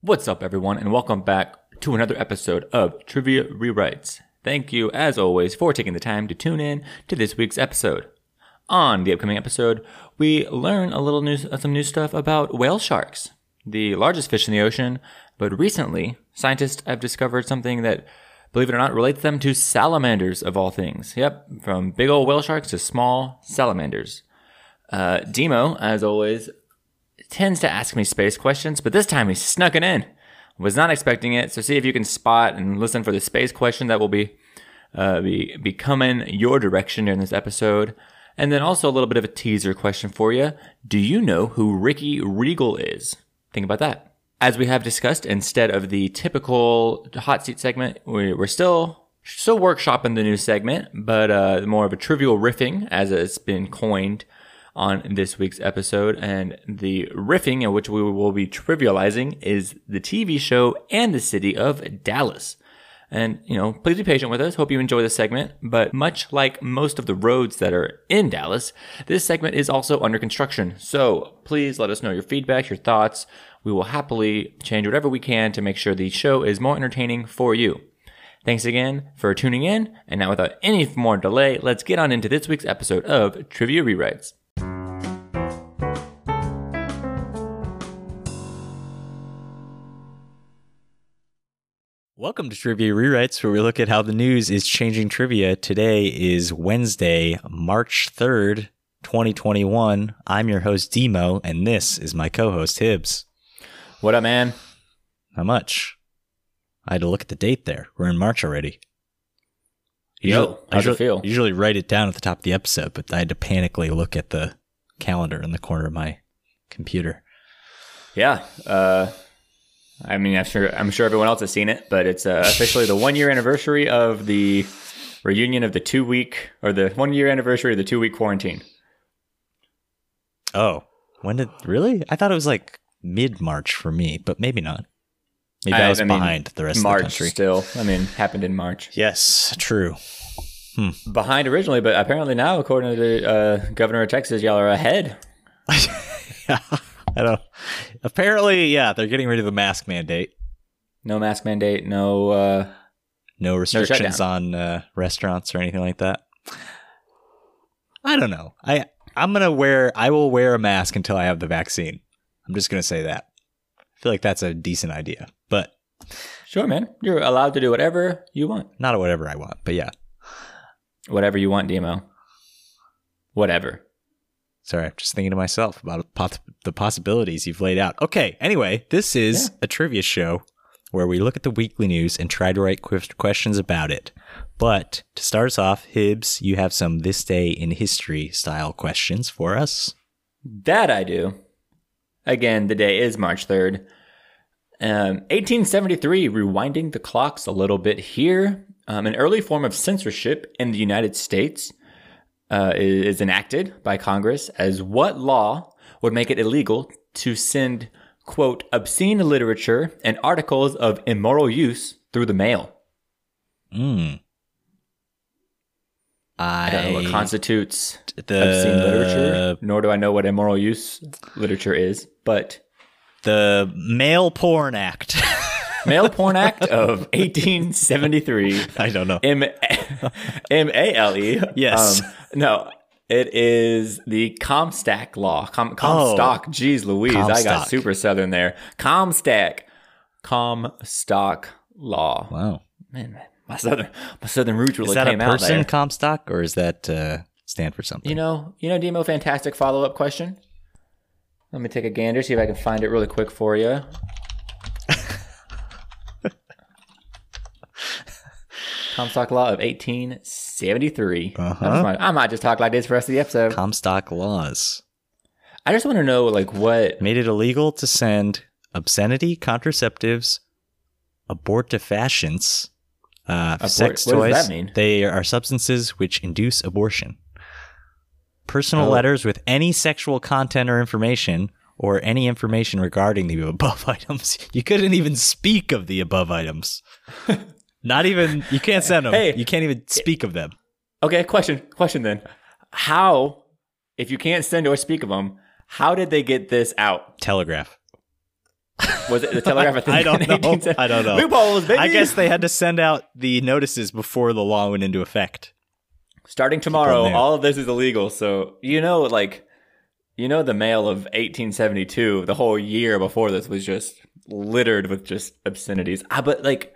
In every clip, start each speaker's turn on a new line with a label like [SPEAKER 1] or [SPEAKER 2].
[SPEAKER 1] What's up, everyone, and welcome back to another episode of Trivia Rewrites. Thank you, as always, for taking the time to tune in to this week's episode. On the upcoming episode, we learn a little new, some new stuff about whale sharks, the largest fish in the ocean. But recently, scientists have discovered something that, believe it or not, relates them to salamanders of all things. Yep, from big old whale sharks to small salamanders. Uh, Demo, as always, tends to ask me space questions, but this time he snuck it in. Was not expecting it, so see if you can spot and listen for the space question that will be uh, be, be coming your direction during this episode. And then also a little bit of a teaser question for you. Do you know who Ricky Regal is? Think about that. As we have discussed, instead of the typical hot seat segment, we, we're still still workshopping the new segment, but uh, more of a trivial riffing, as it's been coined on this week's episode. And the riffing in which we will be trivializing is the TV show and the city of Dallas. And, you know, please be patient with us. Hope you enjoy this segment. But much like most of the roads that are in Dallas, this segment is also under construction. So please let us know your feedback, your thoughts. We will happily change whatever we can to make sure the show is more entertaining for you. Thanks again for tuning in. And now, without any more delay, let's get on into this week's episode of Trivia Rewrites.
[SPEAKER 2] Welcome to Trivia Rewrites, where we look at how the news is changing trivia. Today is Wednesday, March 3rd, 2021. I'm your host, Demo, and this is my co host, Hibbs.
[SPEAKER 1] What up, man?
[SPEAKER 2] Not much. I had to look at the date there. We're in March already.
[SPEAKER 1] Yo,
[SPEAKER 2] Usually-
[SPEAKER 1] how's it
[SPEAKER 2] usually-
[SPEAKER 1] feel?
[SPEAKER 2] Usually write it down at the top of the episode, but I had to panically look at the calendar in the corner of my computer.
[SPEAKER 1] Yeah. Uh, I mean, I'm sure I'm sure everyone else has seen it, but it's uh, officially the one year anniversary of the reunion of the two week or the one year anniversary of the two week quarantine.
[SPEAKER 2] Oh, when did really? I thought it was like mid March for me, but maybe not. Maybe I,
[SPEAKER 1] I-
[SPEAKER 2] was
[SPEAKER 1] I mean,
[SPEAKER 2] behind the rest of the
[SPEAKER 1] March
[SPEAKER 2] country.
[SPEAKER 1] still. I mean, happened in March.
[SPEAKER 2] Yes, true.
[SPEAKER 1] Behind originally, but apparently now, according to the uh, governor of Texas, y'all are ahead.
[SPEAKER 2] I don't. Apparently, yeah, they're getting rid of the mask mandate.
[SPEAKER 1] No mask mandate. No. Uh,
[SPEAKER 2] No restrictions on uh, restaurants or anything like that. I don't know. I I'm gonna wear. I will wear a mask until I have the vaccine. I'm just gonna say that. I feel like that's a decent idea, but
[SPEAKER 1] sure, man. You're allowed to do whatever you want.
[SPEAKER 2] not whatever I want. But yeah,
[SPEAKER 1] Whatever you want, Demo. Whatever.
[SPEAKER 2] Sorry, I'm just thinking to myself about pos- the possibilities you've laid out. Okay, anyway, this is a trivia show where we look at the weekly news and try to write quif- questions about it. But to start us off, Hibbs, you have some this day in history style questions for us.
[SPEAKER 1] That I do. Again, the day is March 3rd. Um, 1873, rewinding the clocks a little bit here. Um, an early form of censorship in the United States uh, is, is enacted by Congress as what law would make it illegal to send, quote, obscene literature and articles of immoral use through the mail?
[SPEAKER 2] Mm. I,
[SPEAKER 1] I don't know what constitutes
[SPEAKER 2] the
[SPEAKER 1] obscene literature, nor do I know what immoral use literature is, but.
[SPEAKER 2] The Mail Porn Act.
[SPEAKER 1] Male Porn Act of 1873.
[SPEAKER 2] I don't know.
[SPEAKER 1] M M A L E.
[SPEAKER 2] Yes.
[SPEAKER 1] Um, no, it is the Comstock Law. Com- Comstock. Jeez Louise. I
[SPEAKER 2] Oh. Comstock.
[SPEAKER 1] got super southern there. Comstock. Comstock Law.
[SPEAKER 2] Wow.
[SPEAKER 1] Man, my southern my southern roots really
[SPEAKER 2] Is that a
[SPEAKER 1] came out
[SPEAKER 2] person,
[SPEAKER 1] there.
[SPEAKER 2] Comstock, or is that uh, stand for something?
[SPEAKER 1] You know, you know, Demo, fantastic follow up question. Let me take a gander, see if I can find it really quick for you. Comstock Law of 1873.
[SPEAKER 2] Uh-huh.
[SPEAKER 1] I, just might, I might just talk like this for the rest of the episode.
[SPEAKER 2] Comstock laws.
[SPEAKER 1] I just want to know, like, what.
[SPEAKER 2] made it illegal to send obscenity, contraceptives, abortifacients, uh,
[SPEAKER 1] Abort-
[SPEAKER 2] sex
[SPEAKER 1] what
[SPEAKER 2] toys.
[SPEAKER 1] does that mean?
[SPEAKER 2] They are substances which induce abortion. Personal
[SPEAKER 1] Oh.
[SPEAKER 2] letters with any sexual content or information, or any information regarding the above items. You couldn't even speak of the above items. Not even you can't send them.
[SPEAKER 1] Hey.
[SPEAKER 2] you can't even speak of them.
[SPEAKER 1] Okay, question, question then. How, if you can't send or speak of them, how did they get this out?
[SPEAKER 2] Telegraph.
[SPEAKER 1] Was it the Telegraph? I, think,
[SPEAKER 2] I don't
[SPEAKER 1] in
[SPEAKER 2] know.
[SPEAKER 1] 1870?
[SPEAKER 2] I don't know.
[SPEAKER 1] Loopholes, baby.
[SPEAKER 2] I guess they had to send out the notices before the law went into effect.
[SPEAKER 1] starting tomorrow,
[SPEAKER 2] knew.
[SPEAKER 1] all of this is illegal. So you know, like, you know, the mail of 1872, the whole year before this was just littered with just obscenities. Ah, but like,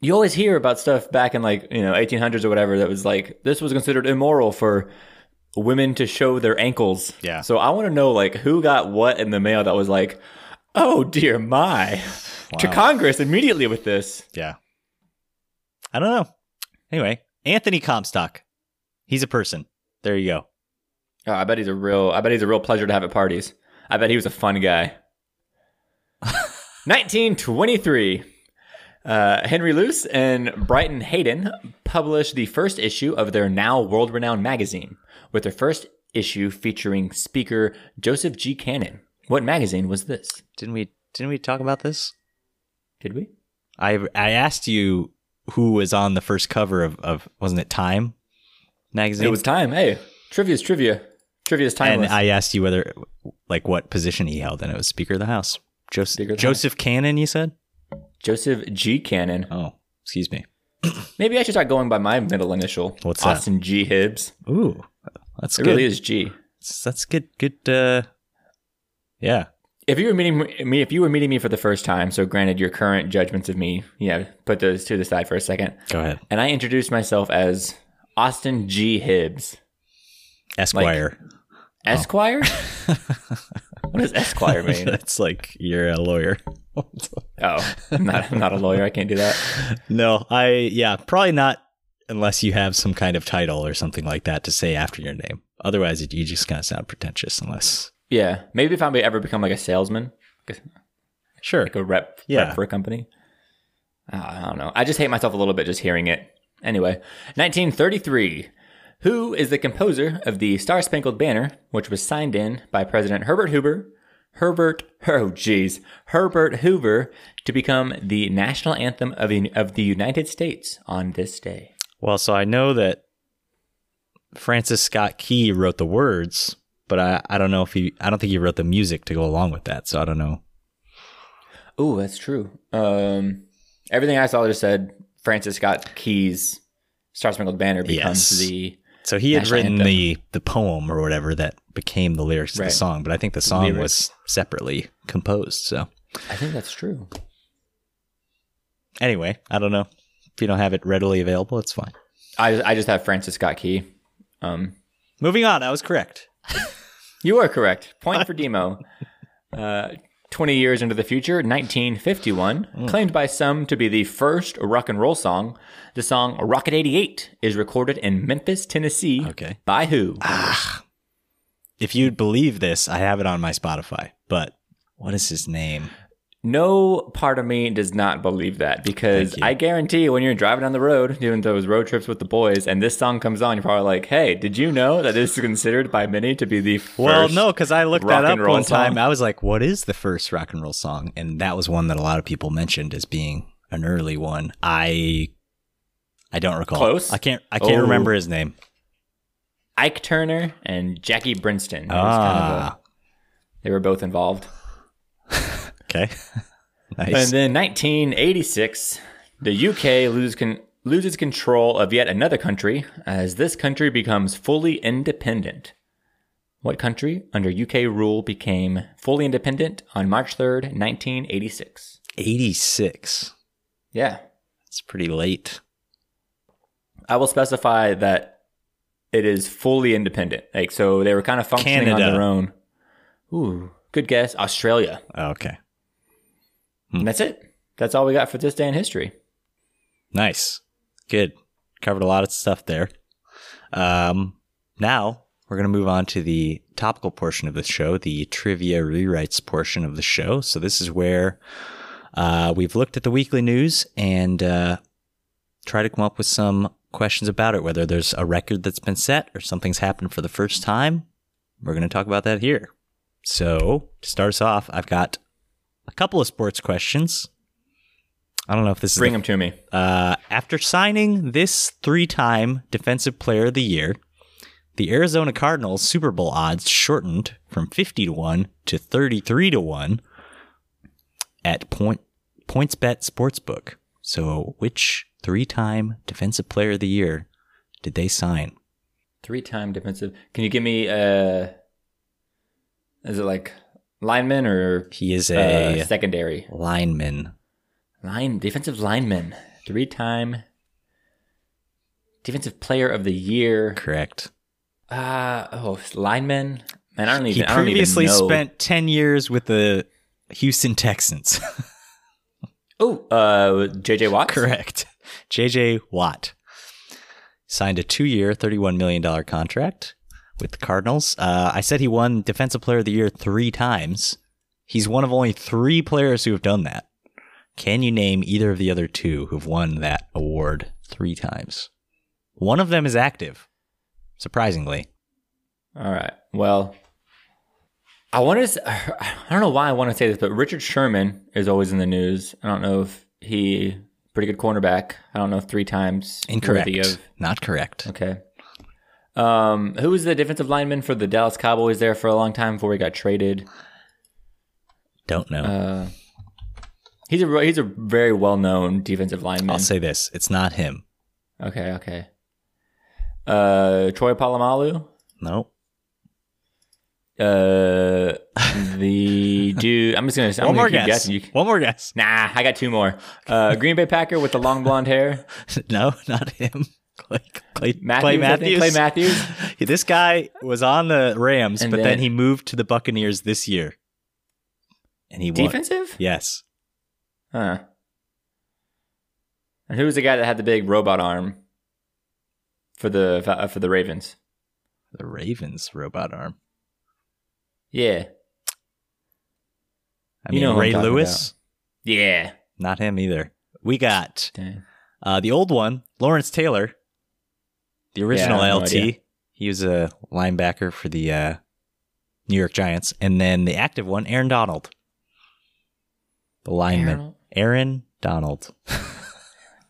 [SPEAKER 1] you always hear about stuff back in like you know 1800s or whatever that was like this was considered immoral for women to show their ankles.
[SPEAKER 2] Yeah.
[SPEAKER 1] So I want to know like who got what in the mail that was like, oh dear my, to
[SPEAKER 2] Wow.
[SPEAKER 1] Congress immediately with this.
[SPEAKER 2] Yeah. I don't know. Anyway, Anthony Comstock. He's a person. There you go.
[SPEAKER 1] Oh, I bet he's a real. I bet he's a real pleasure to have at parties. I bet he was a fun guy. 1923. Uh, Henry Luce and Brighton Hayden published the first issue of their now world renowned magazine, with their first issue featuring speaker Joseph G. Cannon. What magazine was this?
[SPEAKER 2] Didn't we didn't we talk about this?
[SPEAKER 1] Did we?
[SPEAKER 2] I I asked you who was on the first cover of, of wasn't it Time magazine?
[SPEAKER 1] It was time. Hey, trivia's trivia. Trivia's
[SPEAKER 2] and
[SPEAKER 1] timeless.
[SPEAKER 2] I asked you whether like what position he held and it was Speaker of the House.
[SPEAKER 1] Speaker
[SPEAKER 2] Joseph
[SPEAKER 1] of the
[SPEAKER 2] Joseph Cannon, you said?
[SPEAKER 1] Joseph G. Cannon.
[SPEAKER 2] Oh, excuse me.
[SPEAKER 1] Maybe I should start going by my middle initial.
[SPEAKER 2] What's that?
[SPEAKER 1] Austin G. Hibbs.
[SPEAKER 2] Ooh. That's
[SPEAKER 1] It
[SPEAKER 2] good.
[SPEAKER 1] really is G.
[SPEAKER 2] That's good good uh Yeah.
[SPEAKER 1] if you were meeting me if you were meeting me for the first time so granted your current judgments of me you know put those to the side for a second
[SPEAKER 2] Go ahead.
[SPEAKER 1] and i introduced myself as austin g hibbs
[SPEAKER 2] Esquire.
[SPEAKER 1] esquire what does esquire mean
[SPEAKER 2] That's like you're a lawyer.
[SPEAKER 1] oh i'm not, I'm not a lawyer i can't do that
[SPEAKER 2] no, I yeah, probably not unless you have some kind of title or something like that to say after your name. Otherwise, it, you just kind of sound pretentious unless
[SPEAKER 1] yeah maybe if i ever become like a salesman
[SPEAKER 2] sure.
[SPEAKER 1] like a rep,
[SPEAKER 2] Yeah.
[SPEAKER 1] rep for a company Ah, i don't know i just hate myself a little bit just hearing it anyway 1933 who is the composer of the star spangled banner which was signed in by president herbert hoover herbert oh jeez herbert hoover to become the national anthem of the, of the united states on this day
[SPEAKER 2] Well, so I know that Francis Scott Key wrote the words, but I, I don't know if he I don't think he wrote the music to go along with that. So I don't know.
[SPEAKER 1] oh that's true um, everything i saw just said francis scott key's star spangled banner becomes
[SPEAKER 2] Yes.
[SPEAKER 1] the
[SPEAKER 2] So he had
[SPEAKER 1] National
[SPEAKER 2] written
[SPEAKER 1] anthem.
[SPEAKER 2] the the poem or whatever that became the lyrics to
[SPEAKER 1] Right.
[SPEAKER 2] the song, but I think the song
[SPEAKER 1] Lyrics.
[SPEAKER 2] was separately composed. So
[SPEAKER 1] i think that's true
[SPEAKER 2] anyway, I don't know. If you don't have it readily available, it's fine.
[SPEAKER 1] I I just have Francis Scott Key. Um,
[SPEAKER 2] Moving on, I was correct.
[SPEAKER 1] you are correct. Point for Demo. Uh, Twenty years into the future, 1951, claimed by some to be the first rock and roll song, the song "Rocket '88" is recorded in Memphis, Tennessee.
[SPEAKER 2] Okay.
[SPEAKER 1] By who?
[SPEAKER 2] If you'd believe this, I have it on my Spotify, but what is his name?
[SPEAKER 1] No part of me does not believe that because
[SPEAKER 2] Thank you.
[SPEAKER 1] I guarantee when you're driving down the road doing those road trips with the boys, and this song comes on, you're probably like, "Hey, did you know that this is considered by many to be the first
[SPEAKER 2] Well, no, because I looked
[SPEAKER 1] rock
[SPEAKER 2] that up
[SPEAKER 1] and roll
[SPEAKER 2] one time.
[SPEAKER 1] song.
[SPEAKER 2] I was like, what is the first rock and roll song? And that was one that a lot of people mentioned as being an early one. I I don't recall.
[SPEAKER 1] Close?
[SPEAKER 2] I can't I can't
[SPEAKER 1] Oh.
[SPEAKER 2] remember his name.
[SPEAKER 1] Ike Turner and Jackie Brinston. It was kind of a-
[SPEAKER 2] Ah,
[SPEAKER 1] They were both involved.
[SPEAKER 2] okay.
[SPEAKER 1] And
[SPEAKER 2] nice.
[SPEAKER 1] then 1986, the UK loses, con- loses control of yet another country as this country becomes fully independent. What country under UK rule became fully independent on March 3rd, 1986?
[SPEAKER 2] 86.
[SPEAKER 1] Yeah.
[SPEAKER 2] It's pretty late.
[SPEAKER 1] I will specify that it is fully independent. Like, so they were kind of functioning
[SPEAKER 2] Canada.
[SPEAKER 1] on their own. Ooh, good guess. Australia.
[SPEAKER 2] Okay.
[SPEAKER 1] And that's it. That's all we got for this day in history.
[SPEAKER 2] Nice. Good. Covered a lot of stuff there. Um, now we're going to move on to the topical portion of the show, the trivia rewrites portion of the show. So this is where uh, we've looked at the weekly news and uh, try to come up with some questions about it, whether there's a record that's been set or something's happened for the first time. We're going to talk about that here. So to start us off, I've got a couple of sports questions. I don't know if this is the
[SPEAKER 1] Bring them to me.
[SPEAKER 2] uh, after signing this three time Defensive Player of the Year, the Arizona Cardinals Super Bowl odds shortened from 50 to 1 to 33 to 1. at Point PointsBet Sportsbook. So, which three-time Defensive Player of the Year did they sign?
[SPEAKER 1] Three-time defensive. Can you give me? Uh, is it like lineman or
[SPEAKER 2] He is a
[SPEAKER 1] uh, secondary
[SPEAKER 2] lineman.
[SPEAKER 1] line defensive lineman? Three-time defensive player of the year.
[SPEAKER 2] Correct.
[SPEAKER 1] Uh oh, lineman. Man, I don't even.
[SPEAKER 2] he
[SPEAKER 1] I don't even
[SPEAKER 2] previously
[SPEAKER 1] know.
[SPEAKER 2] spent 10 years with the Houston Texans.
[SPEAKER 1] Oh, uh, JJ Watt.
[SPEAKER 2] Correct. JJ Watt signed a two year, $31 million contract with the Cardinals. Uh, I said he won Defensive Player of the Year three times. He's one of only three players who have done that. Can you name either of the other two who've won that award three times? One of them is active, surprisingly.
[SPEAKER 1] All right. Well, I want to. s- I don't know why I want to say this, but Richard Sherman is always in the news. I don't know if he pretty good cornerback. I don't know if three times
[SPEAKER 2] Incorrect.
[SPEAKER 1] worthy of-
[SPEAKER 2] Not correct.
[SPEAKER 1] okay. Um, who was the defensive lineman for the Dallas Cowboys there for a long time before he got traded?
[SPEAKER 2] Don't know.
[SPEAKER 1] Uh, he's a he's a very well known defensive lineman.
[SPEAKER 2] I'll say this it's not him.
[SPEAKER 1] Okay, okay. Uh, Troy Polamalu,
[SPEAKER 2] Nope.
[SPEAKER 1] uh, the dude. I'm just gonna. I'm
[SPEAKER 2] One
[SPEAKER 1] gonna
[SPEAKER 2] more
[SPEAKER 1] keep
[SPEAKER 2] guess.
[SPEAKER 1] guessing. You,
[SPEAKER 2] One more guess.
[SPEAKER 1] nah, I got two more. Uh, Green Bay Packer with the long blonde hair.
[SPEAKER 2] No, not him. Clay, Clay,
[SPEAKER 1] Matthews, I
[SPEAKER 2] Clay
[SPEAKER 1] think.
[SPEAKER 2] Matthews.
[SPEAKER 1] Clay Matthews.
[SPEAKER 2] this guy was on the Rams,
[SPEAKER 1] And
[SPEAKER 2] but then
[SPEAKER 1] then-
[SPEAKER 2] he moved to the Buccaneers this year. And he won.
[SPEAKER 1] Defensive.
[SPEAKER 2] Yes.
[SPEAKER 1] Huh. And who was the guy that had the big robot arm for the uh, for the Ravens?
[SPEAKER 2] The Ravens robot arm.
[SPEAKER 1] Yeah,
[SPEAKER 2] I
[SPEAKER 1] You
[SPEAKER 2] mean,
[SPEAKER 1] know who I'm
[SPEAKER 2] Ray
[SPEAKER 1] talking
[SPEAKER 2] Lewis?
[SPEAKER 1] yeah.
[SPEAKER 2] Not him either. We got
[SPEAKER 1] Dang.
[SPEAKER 2] uh, the old one, Lawrence Taylor, the original
[SPEAKER 1] I have no
[SPEAKER 2] LT.
[SPEAKER 1] idea.
[SPEAKER 2] he was a linebacker for the uh, New York Giants. And then the active one, Aaron Donald, the lineman.
[SPEAKER 1] Aaron
[SPEAKER 2] Aaron Donald.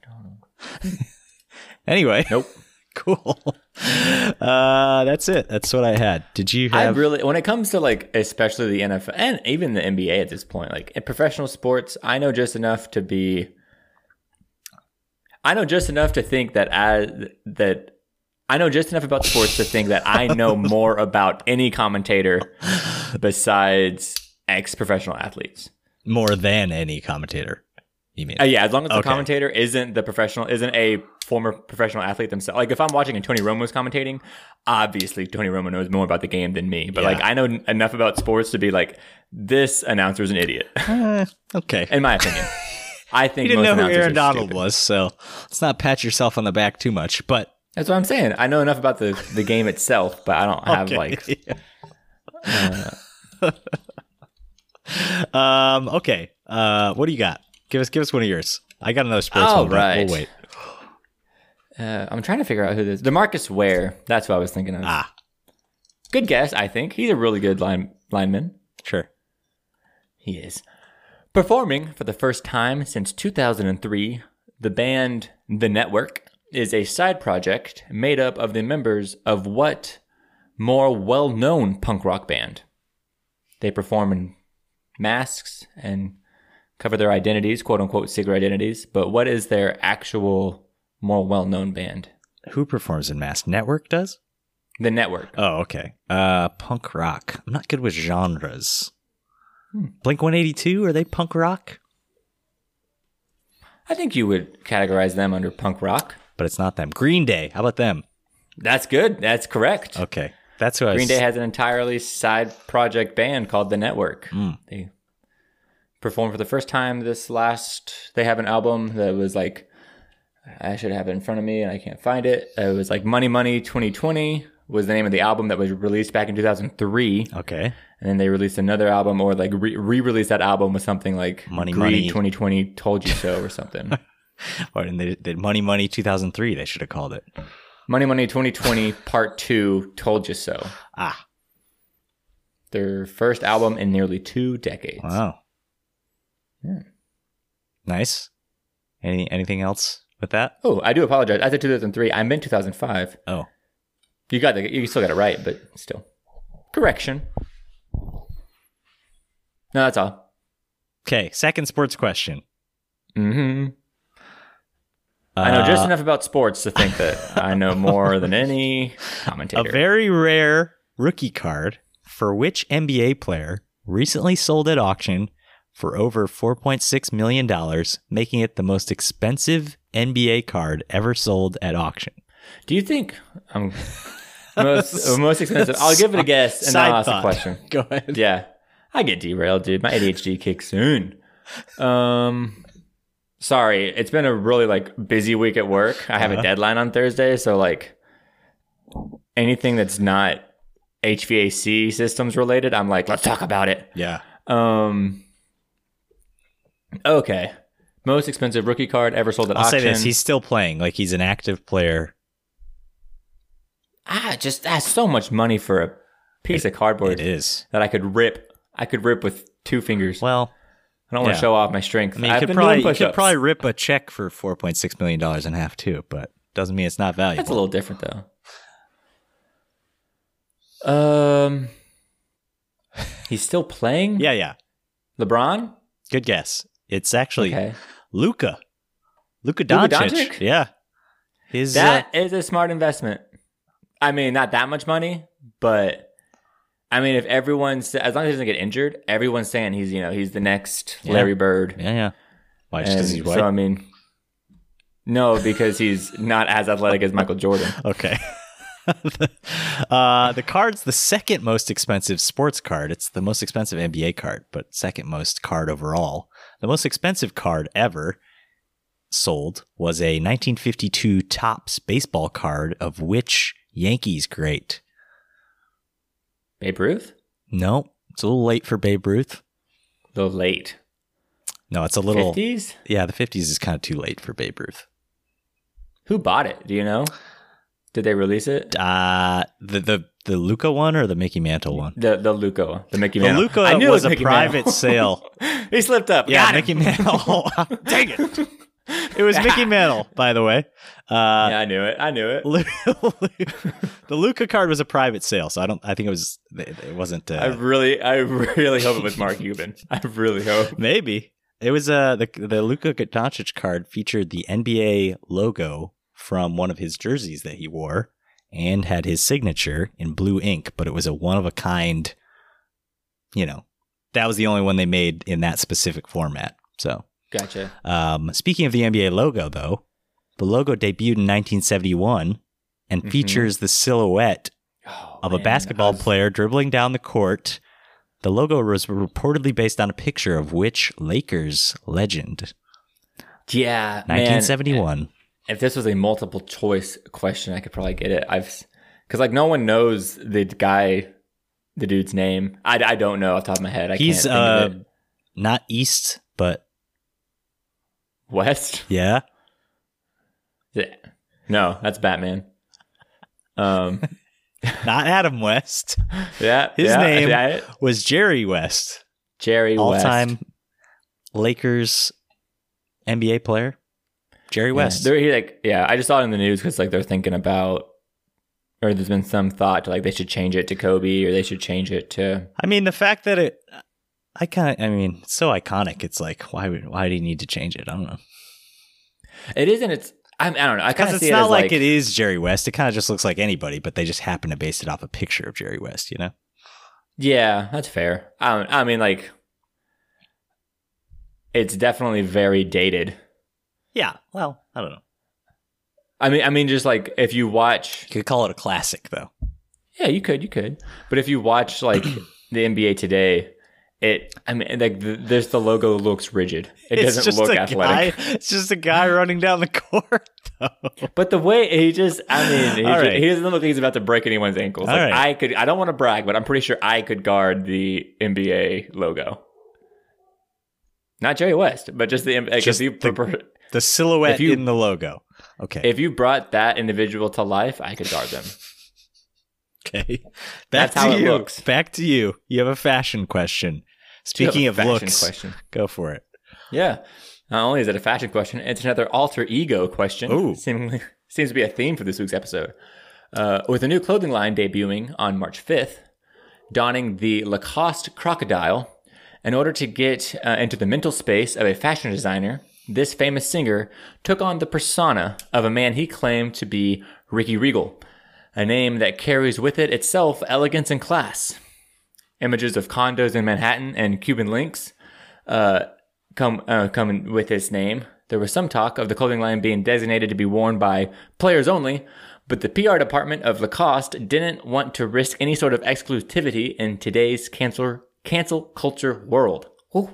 [SPEAKER 1] Donald.
[SPEAKER 2] Anyway.
[SPEAKER 1] Nope.
[SPEAKER 2] cool. Uh, that's it. That's what I had. Did you
[SPEAKER 1] I
[SPEAKER 2] have?
[SPEAKER 1] really, when it comes to like, especially the NFL and even the NBA at this point, like in professional sports, I know just enough to be, I know just enough to think that I, that I know just enough about sports to think that I know more about any commentator besides ex professional athletes.
[SPEAKER 2] more than any commentator. You mean?
[SPEAKER 1] Uh, yeah, as long as the
[SPEAKER 2] Okay.
[SPEAKER 1] commentator isn't the professional, isn't a former professional athlete themselves. Like if I'm watching and Tony Romo's commentating, obviously Tony Romo knows more about the game than me. But
[SPEAKER 2] Yeah.
[SPEAKER 1] like I know n- enough about sports to be like, this announcer's an idiot,
[SPEAKER 2] Eh, okay.
[SPEAKER 1] in my opinion. I think
[SPEAKER 2] you didn't
[SPEAKER 1] most
[SPEAKER 2] know who
[SPEAKER 1] announcers
[SPEAKER 2] Aaron
[SPEAKER 1] are
[SPEAKER 2] Donald
[SPEAKER 1] stupid.
[SPEAKER 2] was, so let's not pat yourself on the back too much. But
[SPEAKER 1] That's what I'm saying. I know enough about the the game itself, but I don't have
[SPEAKER 2] okay. Uh,
[SPEAKER 1] like
[SPEAKER 2] um. Okay. Uh. What do you got? Give us. Give us one of yours. I got another sports
[SPEAKER 1] All
[SPEAKER 2] one. but
[SPEAKER 1] right.
[SPEAKER 2] We'll wait.
[SPEAKER 1] uh, I'm trying to figure out who this. Demarcus Ware. That's what I was thinking of.
[SPEAKER 2] Ah.
[SPEAKER 1] Good guess. I think he's a really good line lineman.
[SPEAKER 2] Sure.
[SPEAKER 1] He is. Performing for the first time since 2003, the band The Network is a side project made up of the members of what more well known punk rock band? They perform in masks and cover their identities, quote unquote, secret identities, but what is their actual more well known band?
[SPEAKER 2] Who performs in Mass Network? Does?
[SPEAKER 1] The Network.
[SPEAKER 2] Oh, okay. Uh, punk rock. I'm not good with genres. Blink 182. Are they punk rock?
[SPEAKER 1] I think you would categorize them under punk rock.
[SPEAKER 2] But it's not them. Green Day. How about them?
[SPEAKER 1] That's good. That's correct.
[SPEAKER 2] Okay, that's who I.
[SPEAKER 1] Green
[SPEAKER 2] was,
[SPEAKER 1] Day has an entirely side project band called The Network.
[SPEAKER 2] Hmm.
[SPEAKER 1] They performed for the first time this last. They have an album that was like, I should have it in front of me and I can't find it. It was like Money Money 2020 was the name of the album that was released back in 2003.
[SPEAKER 2] Okay,
[SPEAKER 1] And then they released another album or like re released that album with something like
[SPEAKER 2] Money
[SPEAKER 1] Greed
[SPEAKER 2] Money.
[SPEAKER 1] 2020 Told You So or something.
[SPEAKER 2] or and they did Money Money 2003. They should have called it.
[SPEAKER 1] Money Money 2020 Part 2 Told You So.
[SPEAKER 2] Ah,
[SPEAKER 1] Their first album in nearly two decades.
[SPEAKER 2] wow.
[SPEAKER 1] Yeah.
[SPEAKER 2] Nice. Any anything else with that?
[SPEAKER 1] Oh, I do apologize. I said 2003. I meant 2005.
[SPEAKER 2] Oh,
[SPEAKER 1] You got the, you still got it right, but still. Correction. No, that's all.
[SPEAKER 2] Okay, second sports question.
[SPEAKER 1] hmm I know
[SPEAKER 2] Uh,
[SPEAKER 1] just enough about sports to think that I know more than any
[SPEAKER 2] a
[SPEAKER 1] commentator.
[SPEAKER 2] very rare rookie card for which NBA player recently sold at auction for over $4.6 million, making it the most expensive NBA card ever sold at auction.
[SPEAKER 1] Do you think um, most uh, most expensive? I'll give it a guess and then I'll ask
[SPEAKER 2] thought.
[SPEAKER 1] a question.
[SPEAKER 2] Go ahead.
[SPEAKER 1] Yeah, I get derailed, dude. My ADHD kicks soon. Um, sorry, it's been a really like busy week at work. I have
[SPEAKER 2] Uh-huh.
[SPEAKER 1] a deadline on Thursday, so like anything that's not HVAC systems related, I'm like, let's talk about it.
[SPEAKER 2] Yeah.
[SPEAKER 1] Um. Okay. Most expensive rookie card ever sold at
[SPEAKER 2] I'll
[SPEAKER 1] auction.
[SPEAKER 2] say this he's still playing. Like, he's an active player.
[SPEAKER 1] ah, just that's so much money for a piece of
[SPEAKER 2] It
[SPEAKER 1] cardboard
[SPEAKER 2] is.
[SPEAKER 1] that I could rip. I could rip with two fingers.
[SPEAKER 2] Well,
[SPEAKER 1] I don't want to
[SPEAKER 2] yeah.
[SPEAKER 1] show off my strength.
[SPEAKER 2] I mean, you
[SPEAKER 1] I've
[SPEAKER 2] could
[SPEAKER 1] been
[SPEAKER 2] probably,
[SPEAKER 1] doing
[SPEAKER 2] you could
[SPEAKER 1] push-ups.
[SPEAKER 2] probably rip a check for $4.6 million in half, too, but doesn't mean it's not valuable.
[SPEAKER 1] That's a little different though. Um, he's still playing.
[SPEAKER 2] yeah, yeah.
[SPEAKER 1] LeBron.
[SPEAKER 2] Good guess. It's actually
[SPEAKER 1] Okay,
[SPEAKER 2] Luca. Luca
[SPEAKER 1] Luka
[SPEAKER 2] Doncic.
[SPEAKER 1] Doncic?
[SPEAKER 2] Yeah. His uh,
[SPEAKER 1] that is a smart investment. I mean, not that much money, but I mean, if everyone's as long as he doesn't get injured, everyone's saying he's you know he's the next
[SPEAKER 2] Yeah.
[SPEAKER 1] Larry Bird.
[SPEAKER 2] uh, Yeah, yeah. Why? Just 'cause
[SPEAKER 1] And
[SPEAKER 2] he's
[SPEAKER 1] So I
[SPEAKER 2] white?
[SPEAKER 1] mean, no, because he's not as athletic as Michael Jordan.
[SPEAKER 2] okay. uh, the card's the second most expensive sports card. It's the most expensive NBA card, but second most card overall. The most expensive card ever sold was a 1952 Topps baseball card of which Yankees great?
[SPEAKER 1] Babe Ruth,
[SPEAKER 2] No, it's a little late for Babe Ruth.
[SPEAKER 1] the late
[SPEAKER 2] No, it's a little.
[SPEAKER 1] fifties.
[SPEAKER 2] Yeah, the 50s is kind of too late for Babe Ruth.
[SPEAKER 1] Who bought it? Do you know? Did they release it?
[SPEAKER 2] Uh, the the the Luca one or the Mickey Mantle one?
[SPEAKER 1] The the Luco, the Mickey
[SPEAKER 2] The
[SPEAKER 1] Mantle.
[SPEAKER 2] Luca
[SPEAKER 1] I knew it
[SPEAKER 2] was a
[SPEAKER 1] Mickey
[SPEAKER 2] private
[SPEAKER 1] Mantle.
[SPEAKER 2] sale.
[SPEAKER 1] he slipped up.
[SPEAKER 2] Yeah,
[SPEAKER 1] Got him.
[SPEAKER 2] Mickey Mantle. Uh, Dang it! It was Mickey Mantle, by the way. Uh,
[SPEAKER 1] yeah, I knew it. I knew it.
[SPEAKER 2] Lu- the Luca card was a private sale, so I don't. I think it was. It wasn't. Uh,
[SPEAKER 1] I really, I really hope it was Mark Cuban. I really hope.
[SPEAKER 2] maybe it was. Uh, the the Luca Doncic card featured the NBA logo from one of his jerseys that he wore, and had his signature in blue ink. But it was a one of a kind. You know, that was the only one they made in that specific format. So
[SPEAKER 1] Gotcha.
[SPEAKER 2] Um, speaking of the NBA logo, though, the logo debuted in 1971 and
[SPEAKER 1] Mhm.
[SPEAKER 2] features the silhouette
[SPEAKER 1] Oh,
[SPEAKER 2] of a
[SPEAKER 1] man,
[SPEAKER 2] basketball
[SPEAKER 1] I was-
[SPEAKER 2] player dribbling down the court. The logo was reportedly based on a picture of which Lakers legend?
[SPEAKER 1] Yeah, man. eh,
[SPEAKER 2] 1971.
[SPEAKER 1] If this was a multiple choice question, I could probably get it. I've, because like no one knows the guy, the dude's name. I, I don't know off the top of my head. I can't
[SPEAKER 2] He's
[SPEAKER 1] think
[SPEAKER 2] uh,
[SPEAKER 1] of it.
[SPEAKER 2] not East, but
[SPEAKER 1] West.
[SPEAKER 2] yeah.
[SPEAKER 1] Yeah. No, that's Batman. Um.
[SPEAKER 2] Not Adam West.
[SPEAKER 1] Yeah.
[SPEAKER 2] His
[SPEAKER 1] yeah,
[SPEAKER 2] name-
[SPEAKER 1] yeah,
[SPEAKER 2] Was Jerry West,
[SPEAKER 1] Jerry
[SPEAKER 2] all
[SPEAKER 1] West.
[SPEAKER 2] time Lakers NBA player? Jerry West.
[SPEAKER 1] Yeah, they're he, like, yeah, I just saw it in the news because like they're thinking about, or there's been some thought to like they should change it to Kobe or they should change it to.
[SPEAKER 2] I mean, the fact that it, I kind of, I mean, it's so iconic. It's like, why would, why do you need to change it? I don't know.
[SPEAKER 1] It isn't. It's I, I don't know. I kind
[SPEAKER 2] Because
[SPEAKER 1] of
[SPEAKER 2] it's
[SPEAKER 1] see it
[SPEAKER 2] not
[SPEAKER 1] as
[SPEAKER 2] like,
[SPEAKER 1] like
[SPEAKER 2] it is Jerry West. It kind of just looks like anybody, but they just happen to base it off a picture of Jerry West, you know?
[SPEAKER 1] Yeah, that's fair. I don't, I mean like, it's definitely very dated.
[SPEAKER 2] Yeah. Well, I don't know.
[SPEAKER 1] I mean, I mean, just like if you watch,
[SPEAKER 2] You could call it a classic, though.
[SPEAKER 1] yeah, you could, you could, but if you watch like the NBA today. It, I mean, like the, there's the logo looks rigid. It
[SPEAKER 2] It's
[SPEAKER 1] doesn't
[SPEAKER 2] just
[SPEAKER 1] look
[SPEAKER 2] a
[SPEAKER 1] athletic.
[SPEAKER 2] Guy, it's just a guy running down the court, though.
[SPEAKER 1] But the way he just, I mean, he,
[SPEAKER 2] All
[SPEAKER 1] just-
[SPEAKER 2] right.
[SPEAKER 1] he doesn't look like he's about to break anyone's ankles.
[SPEAKER 2] All
[SPEAKER 1] Like,
[SPEAKER 2] right.
[SPEAKER 1] I could, I don't want to brag, but I'm pretty sure I could guard the NBA logo. Not Jerry West, but just the like,
[SPEAKER 2] Just
[SPEAKER 1] if you
[SPEAKER 2] the-
[SPEAKER 1] prefer-
[SPEAKER 2] The silhouette
[SPEAKER 1] If you-
[SPEAKER 2] in the logo. Okay.
[SPEAKER 1] if you brought that individual to life, I could guard them.
[SPEAKER 2] okay. Back
[SPEAKER 1] That's how
[SPEAKER 2] to
[SPEAKER 1] it
[SPEAKER 2] you.
[SPEAKER 1] looks.
[SPEAKER 2] Back to you. You have a fashion question.
[SPEAKER 1] Do you have a
[SPEAKER 2] Speaking of
[SPEAKER 1] fashion
[SPEAKER 2] looks,
[SPEAKER 1] question.
[SPEAKER 2] go for it.
[SPEAKER 1] Yeah. Not only is it a fashion question, it's another alter ego question.
[SPEAKER 2] Ooh.
[SPEAKER 1] Seemingly seems to be a theme for this week's episode. Uh, with a new clothing line debuting on March 5th, donning the Lacoste crocodile In order to get uh, into the mental space of a fashion designer, this famous singer took on the persona of a man he claimed to be Ricky Regal, a name that carries with it itself elegance and class. Images of condos in Manhattan and Cuban links uh, come uh, come with his name. There was some talk of the clothing line being designated to be worn by players only, but the PR department of Lacoste didn't want to risk any sort of exclusivity in today's cancel cancel culture world.
[SPEAKER 2] Oh.
[SPEAKER 1] Ooh.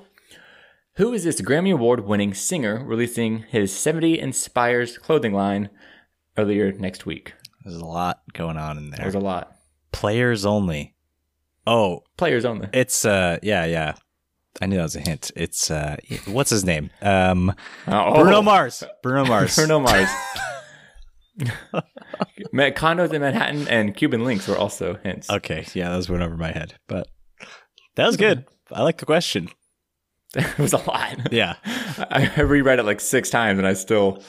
[SPEAKER 1] Who is this Grammy Award winning singer releasing his 70 Inspires clothing line earlier next week?
[SPEAKER 2] There's a lot going on in
[SPEAKER 1] That
[SPEAKER 2] there.
[SPEAKER 1] was a lot.
[SPEAKER 2] Players only. Oh,
[SPEAKER 1] Players only.
[SPEAKER 2] it's uh, yeah, yeah. I knew that was a hint. It's uh, what's his name? Um,
[SPEAKER 1] Oh.
[SPEAKER 2] Bruno Mars. Bruno Mars.
[SPEAKER 1] Bruno Mars. Ma- Condos in Manhattan and Cuban links were also hints.
[SPEAKER 2] Okay, yeah, those went over my head, but that was good. I like the question.
[SPEAKER 1] it was a lot.
[SPEAKER 2] Yeah,
[SPEAKER 1] I, I reread it like six times and I still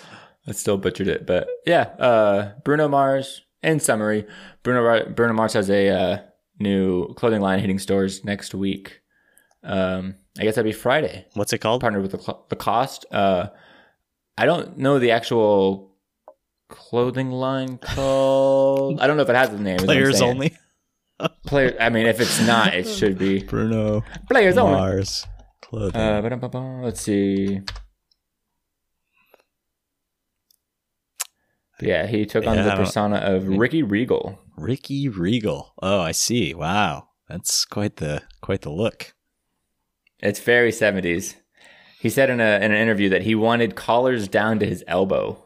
[SPEAKER 1] I still butchered it. But yeah, uh, Bruno Mars. In summary, Bruno Ra- Bruno Mars has a uh, new clothing line hitting stores next week. Um, I guess that'd be Friday.
[SPEAKER 2] what's it called?
[SPEAKER 1] Partnered with the, cl- the cost. Uh, I don't know the actual clothing line called. I don't know if it has a name. is what I'm
[SPEAKER 2] Players
[SPEAKER 1] saying.
[SPEAKER 2] only.
[SPEAKER 1] Player. I mean, if it's not, it should be
[SPEAKER 2] Bruno
[SPEAKER 1] players only.
[SPEAKER 2] Mars clothing.
[SPEAKER 1] Uh, ba-dum-ba-bum, let's see. Yeah, he took on
[SPEAKER 2] Yeah, I
[SPEAKER 1] the
[SPEAKER 2] don't-
[SPEAKER 1] persona of Ricky Regal.
[SPEAKER 2] Ricky Regal. Oh, I see. Wow, that's quite the quite the look.
[SPEAKER 1] It's very seventies. He said in a in an interview that he wanted collars down to his elbow.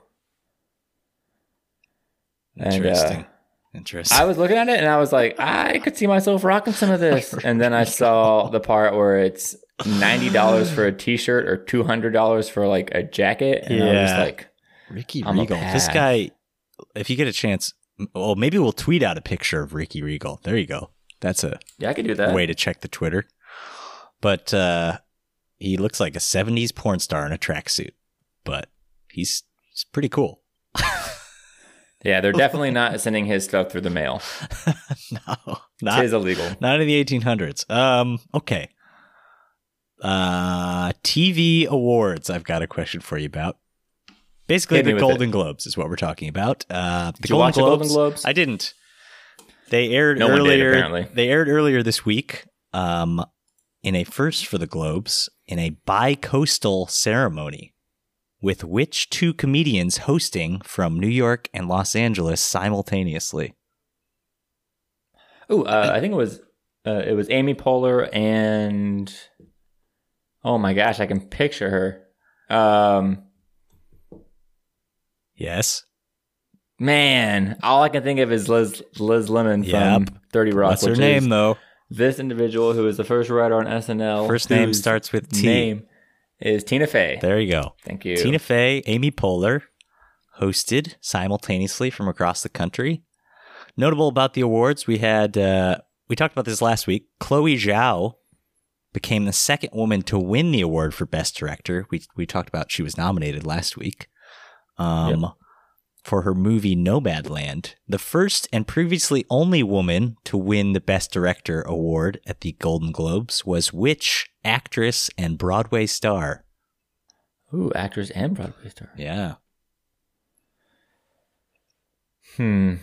[SPEAKER 1] And, uh,
[SPEAKER 2] Interesting. Interesting.
[SPEAKER 1] I was looking at it and I was like, I could see myself rocking some of this. And then I saw the part where it's ninety dollars for a t shirt or two hundred dollars for like a jacket. And I was
[SPEAKER 2] Yeah.
[SPEAKER 1] like,
[SPEAKER 2] Ricky
[SPEAKER 1] I'm a
[SPEAKER 2] Regal. This
[SPEAKER 1] pass.
[SPEAKER 2] guy. If you get a chance, m- well, maybe we'll tweet out a picture of Ricky Regal. There you go. That's a
[SPEAKER 1] Yeah, I could do that.
[SPEAKER 2] way to check the Twitter. But uh, he looks like a 70s porn star in a tracksuit, but he's, he's pretty cool.
[SPEAKER 1] Yeah, they're definitely not sending his stuff through the mail.
[SPEAKER 2] no,
[SPEAKER 1] It
[SPEAKER 2] not,
[SPEAKER 1] is illegal.
[SPEAKER 2] not in the 1800s. Um, okay. Uh, TV awards. I've got a question for you about. Basically,
[SPEAKER 1] Hit me
[SPEAKER 2] the
[SPEAKER 1] with
[SPEAKER 2] Golden Globes is what we're talking about. Uh, the
[SPEAKER 1] Did you watch the Golden Globes?
[SPEAKER 2] I didn't. They aired
[SPEAKER 1] No one did,
[SPEAKER 2] earlier.
[SPEAKER 1] apparently.
[SPEAKER 2] They aired earlier this week. Um, in a first for the Globes, in a bi-coastal ceremony, with which two comedians hosting from New York and Los Angeles simultaneously?
[SPEAKER 1] Ooh, uh, I think it was uh, it was Amy Poehler and oh my gosh, I can picture her. Um,
[SPEAKER 2] Yes.
[SPEAKER 1] man, all I can think of is Liz Liz Lemon from
[SPEAKER 2] Yep.
[SPEAKER 1] Thirty Rock.
[SPEAKER 2] What's her
[SPEAKER 1] which
[SPEAKER 2] name
[SPEAKER 1] is
[SPEAKER 2] though?
[SPEAKER 1] This individual who is the first writer on SNL.
[SPEAKER 2] First name
[SPEAKER 1] whose
[SPEAKER 2] starts with T.
[SPEAKER 1] Name is Tina Fey.
[SPEAKER 2] There you go.
[SPEAKER 1] Thank you.
[SPEAKER 2] Tina Fey, Amy Poehler, hosted simultaneously from across the country. Notable about the awards, we had uh, we talked about this last week. Chloe Zhao became the second woman to win the award for Best Director. We we talked about she was nominated last week um, for her movie Nomadland, the first and previously only woman to win the Best Director award at the Golden Globes was which actress and Broadway star?
[SPEAKER 1] Ooh, actress and Broadway star.
[SPEAKER 2] Yeah.
[SPEAKER 1] Hmm.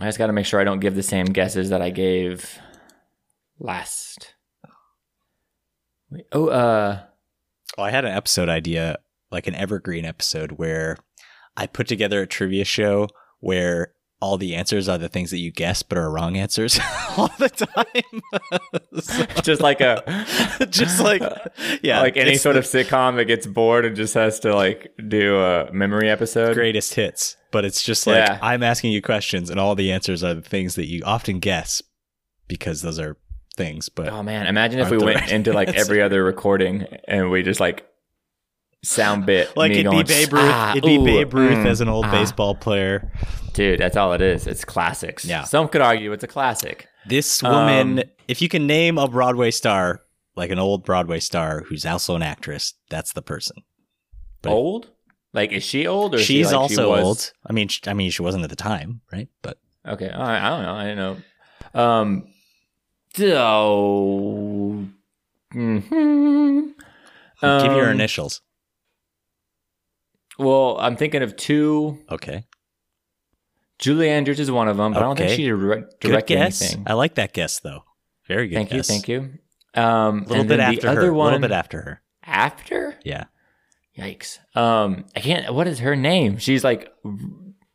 [SPEAKER 1] I just got to make sure I don't give the same guesses that I gave last. Wait, oh, uh,
[SPEAKER 2] Oh, I had an episode idea, like an evergreen episode, where I put together a trivia show where all the answers are the things that you guess but are wrong answers all the time. So,
[SPEAKER 1] just like a,
[SPEAKER 2] just like, yeah,
[SPEAKER 1] like any
[SPEAKER 2] it's
[SPEAKER 1] sort of sitcom that gets bored and just has to like do a memory episode.
[SPEAKER 2] the greatest hits, but it's just like
[SPEAKER 1] Yeah.
[SPEAKER 2] I'm asking you questions and all the answers are the things that you often guess because those are things. But
[SPEAKER 1] Oh man, imagine if
[SPEAKER 2] Aren't
[SPEAKER 1] we
[SPEAKER 2] the
[SPEAKER 1] went
[SPEAKER 2] right
[SPEAKER 1] into like
[SPEAKER 2] answers.
[SPEAKER 1] every other recording and we just like sound bit
[SPEAKER 2] like
[SPEAKER 1] me
[SPEAKER 2] it'd
[SPEAKER 1] going,
[SPEAKER 2] be Babe Ruth,
[SPEAKER 1] "Ah,
[SPEAKER 2] it'd be
[SPEAKER 1] ooh,
[SPEAKER 2] Babe Ruth
[SPEAKER 1] mm,
[SPEAKER 2] as an old
[SPEAKER 1] ah."
[SPEAKER 2] baseball player.
[SPEAKER 1] Dude, that's all it is. It's classics.
[SPEAKER 2] Yeah.
[SPEAKER 1] Some could argue it's a classic.
[SPEAKER 2] This woman,
[SPEAKER 1] Um,
[SPEAKER 2] if you can name a Broadway star, like an old Broadway star who's also an actress, that's the person. But-
[SPEAKER 1] old? Like, is she old? Or is she,
[SPEAKER 2] She's
[SPEAKER 1] like, she
[SPEAKER 2] also
[SPEAKER 1] was-
[SPEAKER 2] old. I mean, sh I mean, she wasn't at the time, right? But
[SPEAKER 1] Okay, all right, I don't know. I don't know. Um, so hmm
[SPEAKER 2] Give your
[SPEAKER 1] Um,
[SPEAKER 2] initials.
[SPEAKER 1] Well, I'm thinking of two.
[SPEAKER 2] Okay.
[SPEAKER 1] Julie Andrews is one of them, but I don't think
[SPEAKER 2] Okay.
[SPEAKER 1] she dire-
[SPEAKER 2] Good
[SPEAKER 1] directed
[SPEAKER 2] guess.
[SPEAKER 1] anything.
[SPEAKER 2] I like that guess though. Very good
[SPEAKER 1] Thank
[SPEAKER 2] guess.
[SPEAKER 1] you, thank you. Um,
[SPEAKER 2] A little
[SPEAKER 1] and
[SPEAKER 2] bit
[SPEAKER 1] then
[SPEAKER 2] after
[SPEAKER 1] the other
[SPEAKER 2] her.
[SPEAKER 1] one
[SPEAKER 2] A little bit after her.
[SPEAKER 1] after.
[SPEAKER 2] Yeah.
[SPEAKER 1] Yikes. Um, I can't. What is her name? She's like,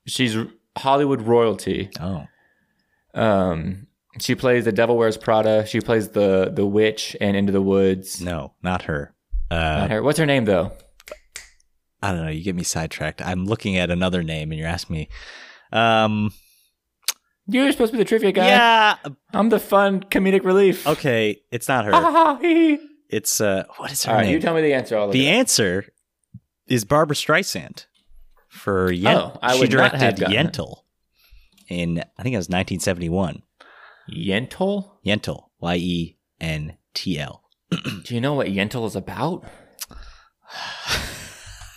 [SPEAKER 1] she's Hollywood royalty.
[SPEAKER 2] Oh.
[SPEAKER 1] Um, she plays the Devil Wears Prada. She plays the the witch and Into the Woods.
[SPEAKER 2] No, not her. Uh,
[SPEAKER 1] Not her. What's her name though?
[SPEAKER 2] I don't know. You get me sidetracked. I'm looking at another name, and you're asking me. Um.
[SPEAKER 1] You're supposed to be the trivia guy.
[SPEAKER 2] Yeah.
[SPEAKER 1] I'm the fun comedic relief.
[SPEAKER 2] Okay. It's not her.
[SPEAKER 1] Ah, hee, hee.
[SPEAKER 2] It's uh. What is her
[SPEAKER 1] All right,
[SPEAKER 2] name?
[SPEAKER 1] you tell me the answer. I'll look
[SPEAKER 2] the
[SPEAKER 1] it up.
[SPEAKER 2] answer is Barbara Streisand. For Yent-
[SPEAKER 1] Oh, I
[SPEAKER 2] she
[SPEAKER 1] would not have
[SPEAKER 2] directed
[SPEAKER 1] gotten it.
[SPEAKER 2] Yentl in I think it was 1971.
[SPEAKER 1] Yentl.
[SPEAKER 2] Yentl, Y E N T L.
[SPEAKER 1] Do you know what Yentl is about?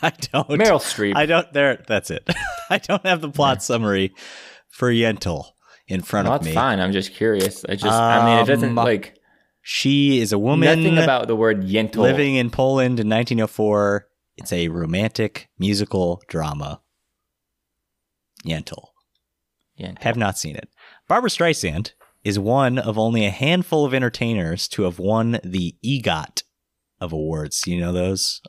[SPEAKER 2] I don't.
[SPEAKER 1] Meryl Streep.
[SPEAKER 2] I don't. There. That's it. I don't have the plot summary for Yentl in front
[SPEAKER 1] Well,
[SPEAKER 2] of
[SPEAKER 1] that's
[SPEAKER 2] me.
[SPEAKER 1] fine. I'm just curious. I just, I mean, it doesn't
[SPEAKER 2] Um,
[SPEAKER 1] like
[SPEAKER 2] She is a woman
[SPEAKER 1] nothing about the word Yentl.
[SPEAKER 2] living in Poland in 1904. It's a romantic musical drama. Yentl.
[SPEAKER 1] Yentl.
[SPEAKER 2] Have not seen it. Barbara Streisand is one of only a handful of entertainers to have won the EGOT of awards. You know those?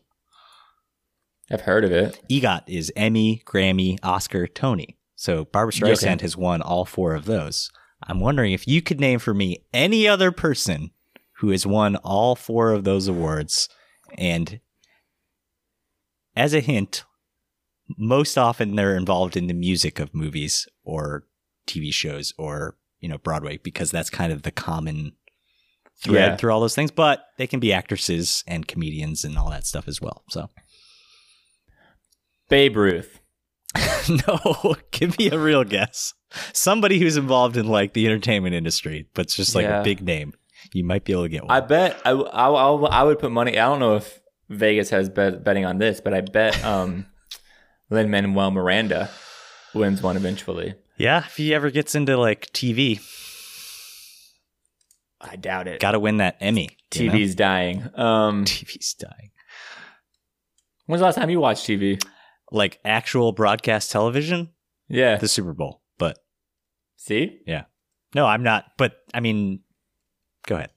[SPEAKER 1] I've heard of it.
[SPEAKER 2] EGOT is Emmy, Grammy, Oscar, Tony. So Barbara
[SPEAKER 1] Yeah, okay.
[SPEAKER 2] Streisand has won all four of those. I'm wondering if you could name for me any other person who has won all four of those awards. And as a hint, most often they're involved in the music of movies or TV shows or, you know, Broadway, because that's kind of the common thread
[SPEAKER 1] Yeah.
[SPEAKER 2] through all those things. But they can be actresses and comedians and all that stuff as well. So
[SPEAKER 1] Babe Ruth.
[SPEAKER 2] no, give me a real guess. Somebody who's involved in like the entertainment industry, but it's just like
[SPEAKER 1] Yeah.
[SPEAKER 2] a big name. You might be able to get one.
[SPEAKER 1] I bet I, I, I, I would put money. I don't know if Vegas has bet, betting on this, but I bet um, Lin Manuel Miranda wins one eventually.
[SPEAKER 2] yeah, if he ever gets into like TV,
[SPEAKER 1] I doubt it.
[SPEAKER 2] got to win that Emmy. you know?
[SPEAKER 1] TV's dying. Um,
[SPEAKER 2] TV's dying.
[SPEAKER 1] when's the last time you watched TV?
[SPEAKER 2] Like actual broadcast television,
[SPEAKER 1] Yeah.
[SPEAKER 2] the Super Bowl. But
[SPEAKER 1] See,
[SPEAKER 2] no, I'm not. But I mean, go ahead.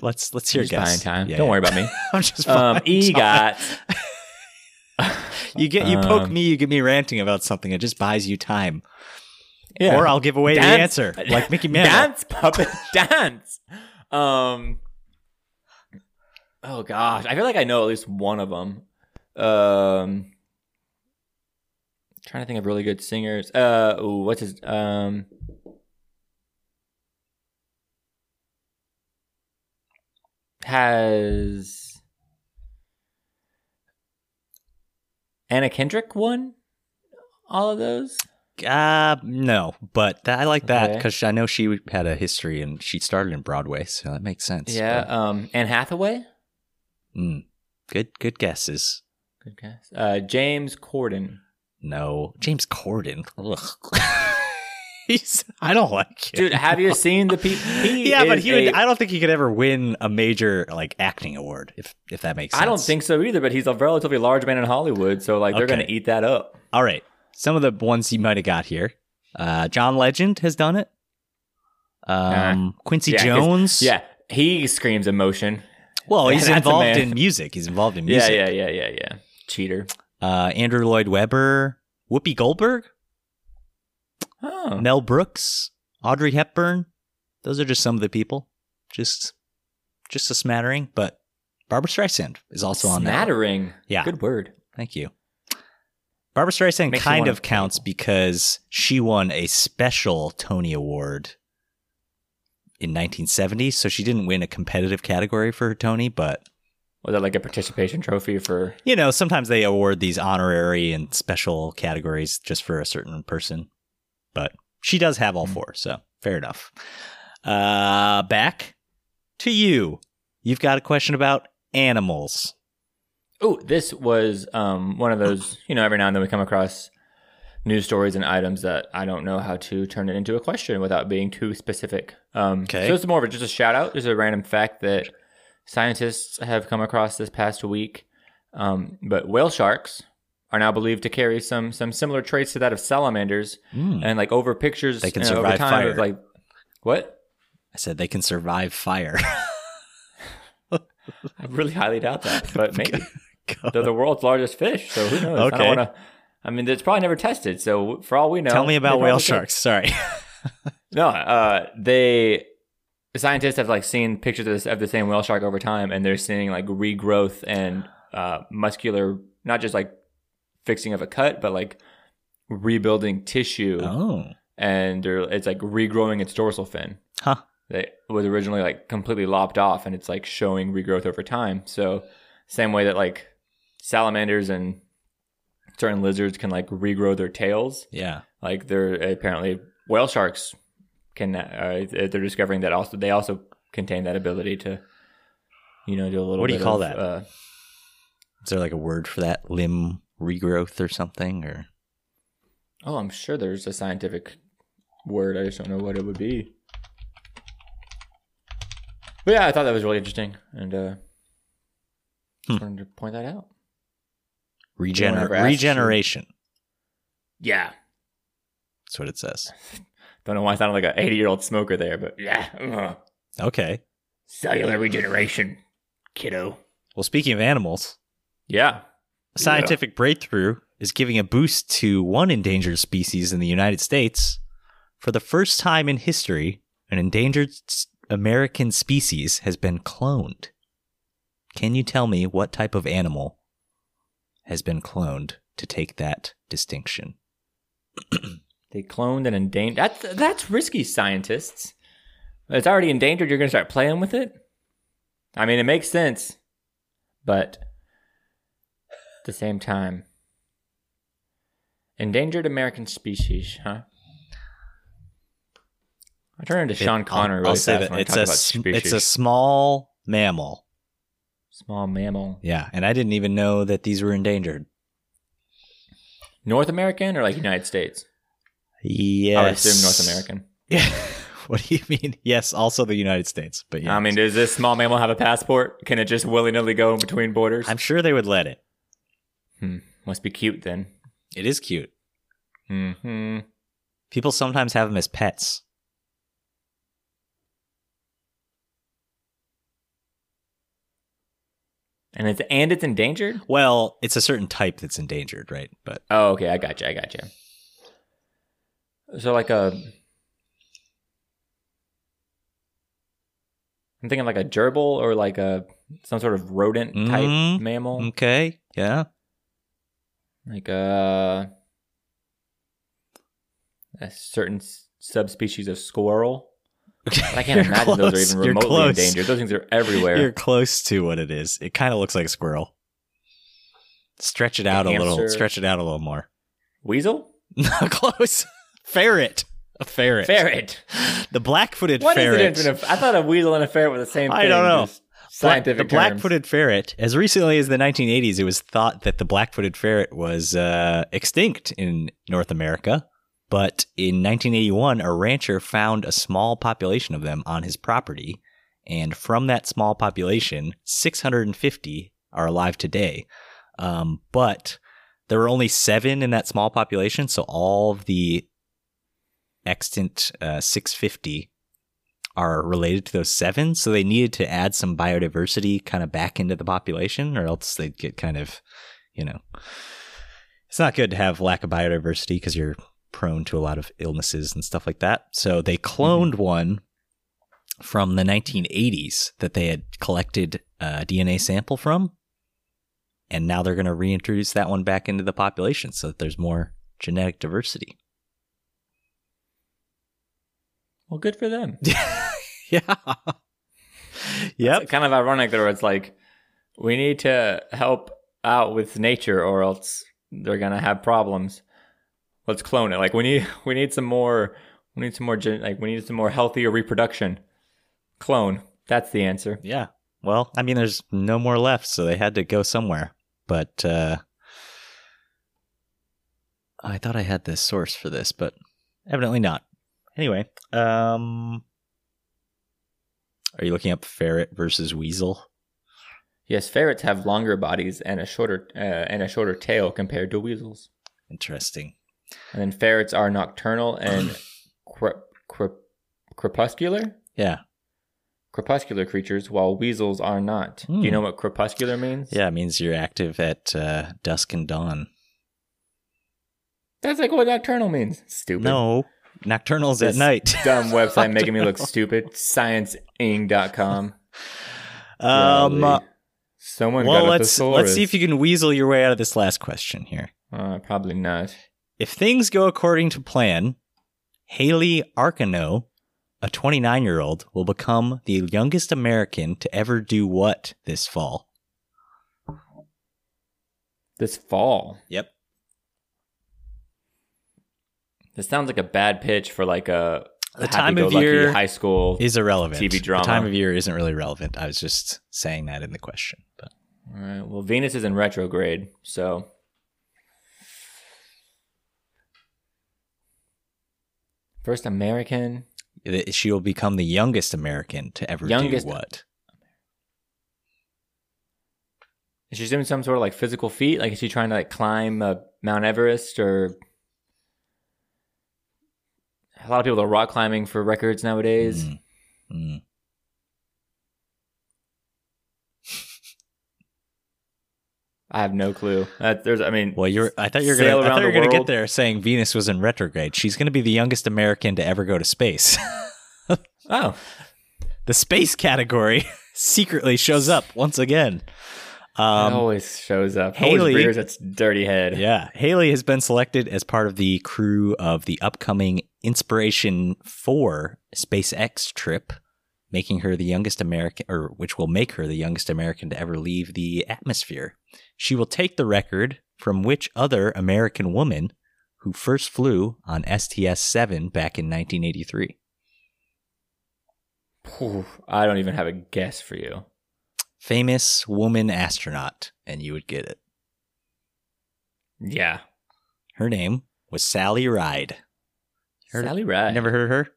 [SPEAKER 2] Let's let's hear
[SPEAKER 1] You're
[SPEAKER 2] a
[SPEAKER 1] just
[SPEAKER 2] guess.
[SPEAKER 1] buying time.
[SPEAKER 2] Yeah,
[SPEAKER 1] don't
[SPEAKER 2] yeah.
[SPEAKER 1] worry about me.
[SPEAKER 2] I'm just
[SPEAKER 1] Um,
[SPEAKER 2] buying time.
[SPEAKER 1] EGOT.
[SPEAKER 2] You get you poke
[SPEAKER 1] Um,
[SPEAKER 2] me, you get me ranting about something. It just buys you time.
[SPEAKER 1] Yeah.
[SPEAKER 2] Or I'll give away the
[SPEAKER 1] Dance-
[SPEAKER 2] answer, like Mickey Mantle.
[SPEAKER 1] dance puppet dance um oh gosh i feel like i know at least one of them um trying to think of really good singers uh ooh, what's his um has anna kendrick won all of those
[SPEAKER 2] Uh, no, but th- I like that
[SPEAKER 1] Okay.
[SPEAKER 2] because I know she had a history and she started in Broadway, so that makes sense.
[SPEAKER 1] yeah uh um anne hathaway
[SPEAKER 2] But, mm, good, good guesses.
[SPEAKER 1] Good guess. Uh, James Corden.
[SPEAKER 2] No, James Corden. Ugh. He's. I don't like it.
[SPEAKER 1] Dude, have you seen the people? He
[SPEAKER 2] yeah, but
[SPEAKER 1] is
[SPEAKER 2] he would.
[SPEAKER 1] a-
[SPEAKER 2] I I don't think he could ever win a major like acting award if if that makes sense.
[SPEAKER 1] I don't think so either. But he's a relatively large man in Hollywood, so like they're
[SPEAKER 2] Okay.
[SPEAKER 1] gonna eat that up.
[SPEAKER 2] All right, some of the ones you might have got here. Uh, John Legend has done it. Um, Quincy
[SPEAKER 1] Uh, yeah, 'cause-
[SPEAKER 2] Jones.
[SPEAKER 1] Yeah, he screams emotion.
[SPEAKER 2] Well, he's
[SPEAKER 1] That's a
[SPEAKER 2] involved
[SPEAKER 1] man.
[SPEAKER 2] in music. He's involved in
[SPEAKER 1] Yeah,
[SPEAKER 2] music.
[SPEAKER 1] yeah, yeah, yeah, yeah. Cheater.
[SPEAKER 2] uh, Andrew Lloyd Webber, Whoopi Goldberg,
[SPEAKER 1] Oh,
[SPEAKER 2] Mel Brooks, Audrey Hepburn. Those are just some of the people. Just, just a smattering. But Barbara Streisand is also on that. one.
[SPEAKER 1] smattering.
[SPEAKER 2] Yeah.
[SPEAKER 1] good word.
[SPEAKER 2] Thank you. Barbara Streisand
[SPEAKER 1] Makes you
[SPEAKER 2] kind
[SPEAKER 1] wanna
[SPEAKER 2] of counts because she won a special Tony Award in 1970. So she didn't win a competitive category for her Tony, but
[SPEAKER 1] Was that like a participation trophy for?
[SPEAKER 2] you know, sometimes they award these honorary and special categories just for a certain person, but she does have
[SPEAKER 1] Mm.
[SPEAKER 2] all four, so fair enough. Uh, back to you. You've got a question about animals.
[SPEAKER 1] Oh, this was um, one of those. You know, every now and then we come across news stories and items that I don't know how to turn it into a question without being too specific. Um,
[SPEAKER 2] Okay.
[SPEAKER 1] So it's more of a, just a shout out. There's a random fact that scientists have come across this past week. Um, but whale sharks are now believed to carry some some similar traits to that of salamanders, and like over pictures,
[SPEAKER 2] Hmm. They can
[SPEAKER 1] you know, over
[SPEAKER 2] survive
[SPEAKER 1] time
[SPEAKER 2] fire.
[SPEAKER 1] of like what?
[SPEAKER 2] I said they can survive fire.
[SPEAKER 1] I really highly doubt that, but maybe
[SPEAKER 2] God.
[SPEAKER 1] they're the world's largest fish, so who knows? I
[SPEAKER 2] Okay.
[SPEAKER 1] don't want to. I mean, it's probably never tested, so for all we know,
[SPEAKER 2] Tell me
[SPEAKER 1] they
[SPEAKER 2] about
[SPEAKER 1] probably
[SPEAKER 2] whale
[SPEAKER 1] could.
[SPEAKER 2] sharks. Sorry.
[SPEAKER 1] No, uh, they the scientists have like seen pictures of, this, of the same whale shark over time, and they're seeing like regrowth and uh, muscular, not just like fixing of a cut, but like rebuilding tissue,
[SPEAKER 2] Oh.
[SPEAKER 1] and they're, it's like regrowing its dorsal fin.
[SPEAKER 2] Huh.
[SPEAKER 1] That was originally like completely lopped off, and it's like showing regrowth over time. So same way that like salamanders and certain lizards can like regrow their tails,
[SPEAKER 2] Yeah.
[SPEAKER 1] like they're apparently whale sharks can uh, they're discovering that also they also contain that ability to you know do a little
[SPEAKER 2] What do you
[SPEAKER 1] bit
[SPEAKER 2] call
[SPEAKER 1] of,
[SPEAKER 2] that?
[SPEAKER 1] uh,
[SPEAKER 2] Is there like a word for that limb regrowth or something? Or
[SPEAKER 1] oh i'm sure there's a scientific word i just don't know what it would be but yeah i thought that was really interesting and uh just wanted to point that out
[SPEAKER 2] regener-
[SPEAKER 1] ever asked you.
[SPEAKER 2] regeneration.
[SPEAKER 1] yeah
[SPEAKER 2] That's what it says.
[SPEAKER 1] don't know why i sounded like an 80 year old smoker there but yeah Ugh.
[SPEAKER 2] Okay.
[SPEAKER 1] cellular regeneration kiddo
[SPEAKER 2] Well, speaking of animals,
[SPEAKER 1] yeah
[SPEAKER 2] a scientific breakthrough is giving a boost to one endangered species in the United States. For the first time in history, an endangered s- American species has been cloned. Can you tell me what type of animal has been cloned to take that distinction?
[SPEAKER 1] They cloned and endangered. That's that's risky, scientists. It's already endangered. You're going to start playing with it. I mean, it makes sense, but at the same time, endangered American species, huh? I turn into Sean
[SPEAKER 2] It-
[SPEAKER 1] Connery.
[SPEAKER 2] I'll,
[SPEAKER 1] really
[SPEAKER 2] I'll say
[SPEAKER 1] fast
[SPEAKER 2] that
[SPEAKER 1] when I
[SPEAKER 2] it's
[SPEAKER 1] talk
[SPEAKER 2] a
[SPEAKER 1] about
[SPEAKER 2] sm-
[SPEAKER 1] species.
[SPEAKER 2] it's a small mammal.
[SPEAKER 1] small mammal.
[SPEAKER 2] Yeah, and I didn't even know that these were endangered.
[SPEAKER 1] North American or like United States?
[SPEAKER 2] Yes,
[SPEAKER 1] I would assume North American.
[SPEAKER 2] Yeah. what do you mean? Yes, also the United States. But yeah,
[SPEAKER 1] I mean, does this small mammal have a passport? Can it just willy nilly go in between borders?
[SPEAKER 2] I'm sure they would let it.
[SPEAKER 1] Hmm. Must be cute then.
[SPEAKER 2] It is cute.
[SPEAKER 1] Hmm.
[SPEAKER 2] People sometimes have them as pets.
[SPEAKER 1] And it's and it's endangered.
[SPEAKER 2] Well, it's a certain type that's endangered, right? But
[SPEAKER 1] Oh, okay. I gotcha. I gotcha. So like a, I'm thinking like a gerbil or like a some sort of rodent type
[SPEAKER 2] Mhm.
[SPEAKER 1] mammal,
[SPEAKER 2] okay, yeah,
[SPEAKER 1] like a a certain s- subspecies of squirrel. But I can't
[SPEAKER 2] You're
[SPEAKER 1] imagine those
[SPEAKER 2] close.
[SPEAKER 1] are even
[SPEAKER 2] You're
[SPEAKER 1] remotely
[SPEAKER 2] close.
[SPEAKER 1] endangered. Those things are everywhere.
[SPEAKER 2] You're close to what it is. It kind of looks like a squirrel. Stretch it out a little.
[SPEAKER 1] hamster.
[SPEAKER 2] Stretch it out a little more.
[SPEAKER 1] Weasel,
[SPEAKER 2] Not close. Ferret. A ferret.
[SPEAKER 1] ferret.
[SPEAKER 2] The black-footed
[SPEAKER 1] What is
[SPEAKER 2] ferret.
[SPEAKER 1] the difference? between a- I thought a weasel and a ferret were the same thing.
[SPEAKER 2] I don't know.
[SPEAKER 1] just Scientific
[SPEAKER 2] the black
[SPEAKER 1] terms.
[SPEAKER 2] footed ferret, as recently as the 1980s, it was thought that the black footed ferret was uh, extinct in North America. But in 1981, a rancher found a small population of them on his property. And from that small population, 650 are alive today. Um, but there were only seven in that small population. So all of the extant uh, 650 are related to those seven. So they needed to add some biodiversity kind of back into the population, or else they'd get kind of, you know, it's not good to have lack of biodiversity because you're prone to a lot of illnesses and stuff like that. So they cloned one from the 1980s that they had collected a DNA sample from. And now they're going to reintroduce that one back into the population so that there's more genetic diversity.
[SPEAKER 1] Well, good for them.
[SPEAKER 2] Yeah. Yep.
[SPEAKER 1] It's kind of ironic that it's like we need to help out with nature, or else they're gonna have problems. Let's clone it. Like we need we need some more we need some more gen- like we need some more healthier reproduction. Clone. That's the answer.
[SPEAKER 2] Yeah. Well, I mean, there's no more left, so they had to go somewhere. But uh, I thought I had this source for this, but evidently not. Anyway, um, are you looking up ferret versus weasel?
[SPEAKER 1] Yes, ferrets have longer bodies and a shorter uh, and a shorter tail compared to weasels.
[SPEAKER 2] Interesting.
[SPEAKER 1] And then ferrets are nocturnal and cre- cre- crepuscular
[SPEAKER 2] Yeah.
[SPEAKER 1] crepuscular creatures, while weasels are not. Do you
[SPEAKER 2] Hmm.
[SPEAKER 1] know what crepuscular means?
[SPEAKER 2] Yeah, it means you're active at uh, dusk and dawn.
[SPEAKER 1] that's like what nocturnal means. Stupid.
[SPEAKER 2] No, nocturnals at
[SPEAKER 1] This-
[SPEAKER 2] night.
[SPEAKER 1] Dumb website making me look stupid. Sciencing.com.
[SPEAKER 2] um,
[SPEAKER 1] Golly. someone
[SPEAKER 2] well,
[SPEAKER 1] got a
[SPEAKER 2] let's let's see
[SPEAKER 1] thesaurus.
[SPEAKER 2] if you can weasel your way out of this last question here.
[SPEAKER 1] Uh, probably not.
[SPEAKER 2] If things go according to plan, Haley Arcano, a 29 year old, will become the youngest American to ever do what this fall?
[SPEAKER 1] This fall.
[SPEAKER 2] Yep.
[SPEAKER 1] This sounds like a bad pitch for like a
[SPEAKER 2] The time of
[SPEAKER 1] happy-go-lucky
[SPEAKER 2] year
[SPEAKER 1] high school.
[SPEAKER 2] is irrelevant.
[SPEAKER 1] TV drama.
[SPEAKER 2] The time of year isn't really relevant. I was just saying that in the question. But
[SPEAKER 1] All right. Well, Venus is in retrograde, so first American.
[SPEAKER 2] that she will become the youngest American to ever
[SPEAKER 1] Youngest-
[SPEAKER 2] do what?
[SPEAKER 1] Is she doing some sort of like physical feat? Like, is she trying to like climb uh, Mount Everest or? A lot of people are rock climbing for records nowadays.
[SPEAKER 2] Mm. Mm.
[SPEAKER 1] I have no clue. That, there's, I mean,
[SPEAKER 2] Well, you're. I thought you were
[SPEAKER 1] Sail
[SPEAKER 2] going. I
[SPEAKER 1] around
[SPEAKER 2] thought you were
[SPEAKER 1] the
[SPEAKER 2] going to get
[SPEAKER 1] world.
[SPEAKER 2] there saying Venus was in retrograde. She's going to be the youngest American to ever go to space.
[SPEAKER 1] oh,
[SPEAKER 2] the space category secretly shows up once again.
[SPEAKER 1] it
[SPEAKER 2] Um,
[SPEAKER 1] always shows up.
[SPEAKER 2] Haley-
[SPEAKER 1] always rears its dirty head.
[SPEAKER 2] yeah, Haley has been selected as part of the crew of the upcoming Inspiration Four SpaceX trip, making her the youngest American, or which will make her the youngest American to ever leave the atmosphere. She will take the record from which other American woman who first flew on STS-7 back in 1983.
[SPEAKER 1] Phew, I don't even have a guess for you.
[SPEAKER 2] Famous woman astronaut, and you would get it.
[SPEAKER 1] Yeah,
[SPEAKER 2] Her name was Sally Ride. Heard-
[SPEAKER 1] Sally Ride.
[SPEAKER 2] Never heard of her?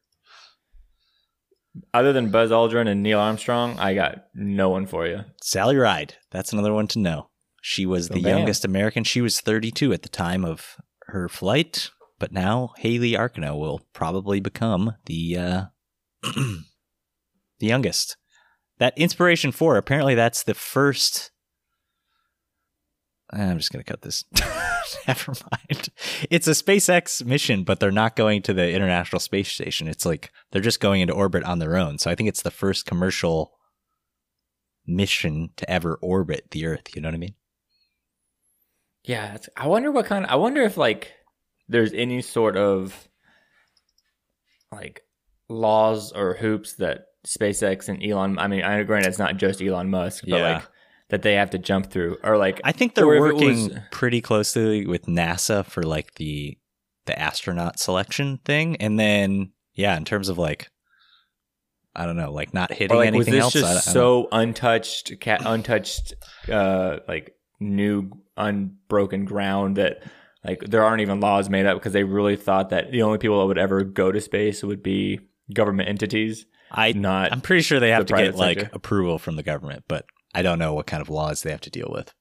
[SPEAKER 1] Other than Buzz Aldrin and Neil Armstrong, I got no one for you.
[SPEAKER 2] Sally Ride. That's another one to know. She was
[SPEAKER 1] So
[SPEAKER 2] the
[SPEAKER 1] bam.
[SPEAKER 2] youngest American. She was 32 at the time of her flight, but now Haley Arcano will probably become the uh, the youngest. That Inspiration 4, apparently that's the first. eh, I'm just going to cut this. Never mind. It's a SpaceX mission, but they're not going to the International Space Station. It's like they're just going into orbit on their own. So I think it's the first commercial mission to ever orbit the Earth. You know what I mean?
[SPEAKER 1] Yeah, that's, I wonder what kind. I wonder if like there's any sort of like laws or hoops that SpaceX and Elon. I mean, I grant it's not just Elon Musk, but
[SPEAKER 2] Yeah.
[SPEAKER 1] like that they have to jump through, or like
[SPEAKER 2] I think they're
[SPEAKER 1] Or if it
[SPEAKER 2] working
[SPEAKER 1] was- uh,
[SPEAKER 2] pretty closely with NASA for like the the astronaut selection thing, and then yeah, in terms of like I don't know, like not hitting
[SPEAKER 1] or like was
[SPEAKER 2] anything
[SPEAKER 1] this
[SPEAKER 2] else. I-
[SPEAKER 1] just
[SPEAKER 2] I don't-
[SPEAKER 1] so untouched, cat untouched, uh, like new unbroken ground that like there aren't even laws made up because they really thought that the only people that would ever go to space would be government entities,
[SPEAKER 2] I
[SPEAKER 1] not
[SPEAKER 2] I'm pretty sure they have
[SPEAKER 1] the
[SPEAKER 2] to get
[SPEAKER 1] private
[SPEAKER 2] like
[SPEAKER 1] sector.
[SPEAKER 2] approval from the government, but I don't know what kind of laws they have to deal with.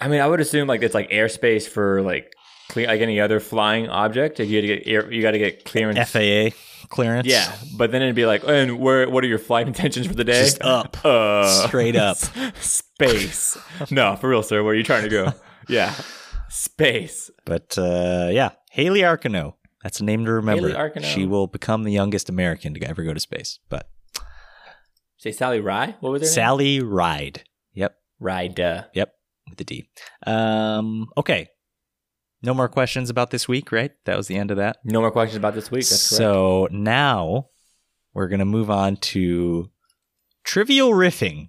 [SPEAKER 1] I mean, I would assume like it's like airspace for like cle- like any other flying object. If you had to get air, you got to get clearance.
[SPEAKER 2] FAA clearance,
[SPEAKER 1] Yeah, but then it'd be like, and where? What are your flight intentions for the day?
[SPEAKER 2] Just up.
[SPEAKER 1] uh,
[SPEAKER 2] Straight up.
[SPEAKER 1] space. no, for real, sir. Where are you trying to go? Yeah, space.
[SPEAKER 2] But uh, yeah, Haley Arcano. That's a name to remember.
[SPEAKER 1] Haley Arcano.
[SPEAKER 2] She will become the youngest American to ever go to space. But
[SPEAKER 1] Say Sally Rye. What was her name?
[SPEAKER 2] Sally Ride. Yep.
[SPEAKER 1] Ryda.
[SPEAKER 2] Yep, with the D. Um, okay. No more questions about this week, right? That was the end of that.
[SPEAKER 1] No more questions about this week. That's correct.
[SPEAKER 2] so now we're going to move on to trivial riffing.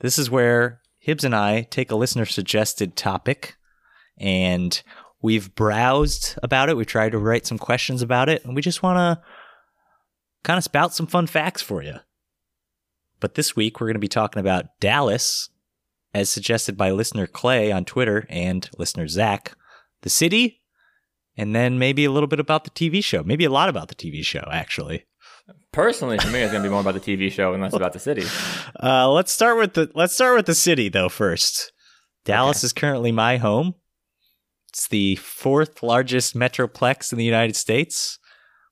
[SPEAKER 2] This is where Hibbs and I take a listener suggested topic and we've browsed about it. We tried to write some questions about it and we just want to kind of spout some fun facts for you. But this week we're going to be talking about Dallas, as suggested by listener Clay on Twitter and listener Zach, the city, and then maybe a little bit about the TV show, maybe a lot about the TV show, actually.
[SPEAKER 1] Personally, for me, it's going to be more about the TV show and less about the city.
[SPEAKER 2] Uh, let's start with the let's start with the city though first. Dallas is currently my home. It's the fourth largest metroplex in the United States,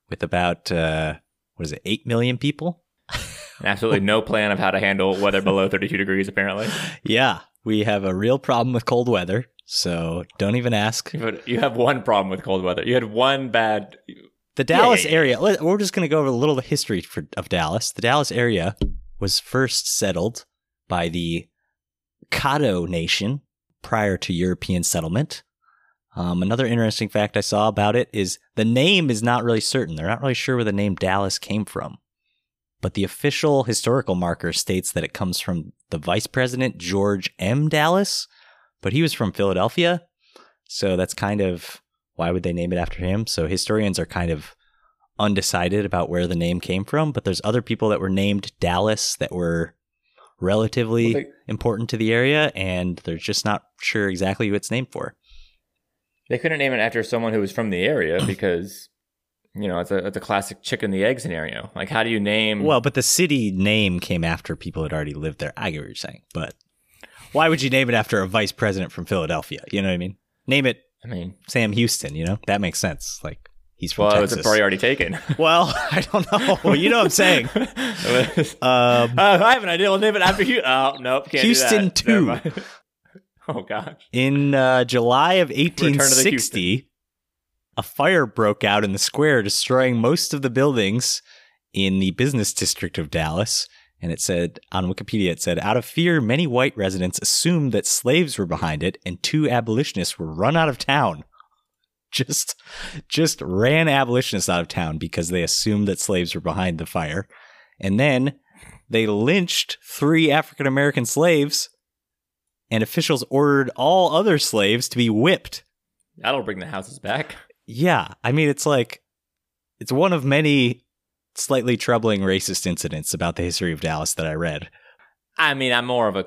[SPEAKER 2] with about uh, what is it, eight million people?
[SPEAKER 1] And absolutely no plan of how to handle weather below 32 degrees, apparently.
[SPEAKER 2] Yeah, we have a real problem with cold weather, so don't even ask.
[SPEAKER 1] You have- You have one problem with cold weather. You had one bad.
[SPEAKER 2] The Dallas
[SPEAKER 1] yeah, yeah.
[SPEAKER 2] area. let- We're just going to go over a little history for, of Dallas. The Dallas area was first settled by the Caddo Nation prior to European settlement. Um, another interesting fact I saw about it is the name is not really certain. They're not really sure where the name Dallas came from, but the official historical marker states that it comes from the Vice President George M. Dallas, but he was from Philadelphia, so that's kind of why would they name it after him? So historians are kind of undecided about where the name came from, but there's other people that were named Dallas that were relatively
[SPEAKER 1] Well, they-
[SPEAKER 2] important to the area, and they're just not sure exactly who it's named for.
[SPEAKER 1] They couldn't name it after someone who was from the area because, you know, it's a, it's a classic chicken the egg scenario. Like, how do you name.
[SPEAKER 2] Well, but the city name came after people had already lived there. I get what you're saying, but why would you name it after a vice president from Philadelphia? You know what I mean? Name it
[SPEAKER 1] I mean,
[SPEAKER 2] Sam Houston. You know that makes sense. Like he's from
[SPEAKER 1] well, it's
[SPEAKER 2] Texas.
[SPEAKER 1] a party already taken.
[SPEAKER 2] well, I don't know. Well, you know what I'm saying. Um,
[SPEAKER 1] Uh, I have an idea. We'll name it after Houston. Oh, nope. Can't
[SPEAKER 2] Houston
[SPEAKER 1] do that. Never
[SPEAKER 2] two.
[SPEAKER 1] mind. Oh, gosh.
[SPEAKER 2] In uh, July of
[SPEAKER 1] to the
[SPEAKER 2] 1860, a fire broke out in the square, destroying most of the buildings in the business district of Dallas. And it said on Wikipedia, it said, out of fear, many white residents assumed that slaves were behind it, and two abolitionists were run out of town. Just, just ran abolitionists out of town because they assumed that slaves were behind the fire. And then they lynched three African American slaves and officials ordered all other slaves to be whipped.
[SPEAKER 1] That'll bring the houses back.
[SPEAKER 2] Yeah, I mean, it's like, it's one of many slightly troubling racist incidents about the history of Dallas that I read.
[SPEAKER 1] I mean, I'm more of a.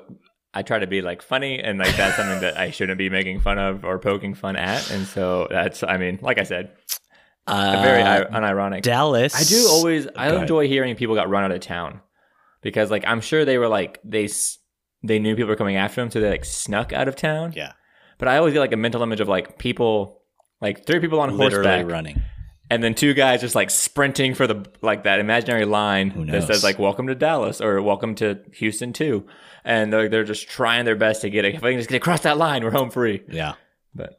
[SPEAKER 1] I try to be like funny, and like that's something that I shouldn't be making fun of or poking fun at. And so that's, I mean, like I said, a very
[SPEAKER 2] Uh,
[SPEAKER 1] ir- unironic.
[SPEAKER 2] Dallas.
[SPEAKER 1] I do always, I
[SPEAKER 2] ahead.
[SPEAKER 1] enjoy hearing people got run out of town because, like, I'm sure they were like they s- they knew people were coming after them, so they like snuck out of town.
[SPEAKER 2] Yeah.
[SPEAKER 1] But I always get like a mental image of like people, like three people on
[SPEAKER 2] literally
[SPEAKER 1] horseback,
[SPEAKER 2] running.
[SPEAKER 1] and then two guys just like sprinting for the like that imaginary line
[SPEAKER 2] Who
[SPEAKER 1] that
[SPEAKER 2] knows?
[SPEAKER 1] says like "Welcome to Dallas" or "Welcome to Houston too," and they're they're just trying their best to get it. If I can just get across that line, we're home free.
[SPEAKER 2] Yeah.
[SPEAKER 1] But-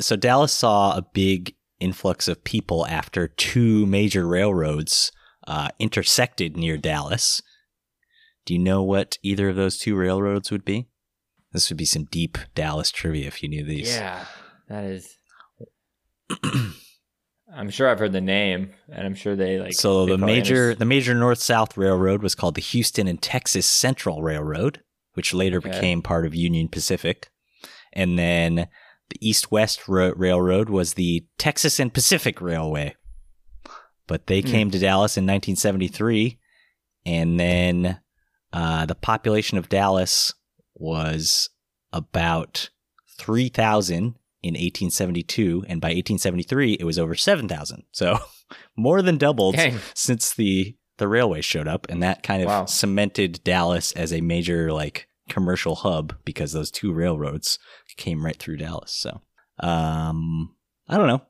[SPEAKER 2] so Dallas saw a big influx of people after two major railroads uh, intersected near Dallas. Do you know what either of those two railroads would be? This would be some deep Dallas trivia if you knew these.
[SPEAKER 1] Yeah, that is. I'm sure I've heard the name, and I'm sure they like.
[SPEAKER 2] so
[SPEAKER 1] they
[SPEAKER 2] the
[SPEAKER 1] probably
[SPEAKER 2] major
[SPEAKER 1] unders-
[SPEAKER 2] the major North South Railroad was called the Houston and Texas Central Railroad, which later
[SPEAKER 1] Okay.
[SPEAKER 2] became part of Union Pacific, and then the East West Ra- Railroad was the Texas and Pacific Railway. But they
[SPEAKER 1] Hmm.
[SPEAKER 2] came to Dallas in 1973, and then uh, the population of Dallas was about 3,000 in 1872, and by 1873 it was over 7,000. So more than doubled
[SPEAKER 1] Dang.
[SPEAKER 2] since the the railway showed up, and that kind of
[SPEAKER 1] Wow.
[SPEAKER 2] cemented Dallas as a major like commercial hub because those two railroads came right through Dallas. So um, I don't know,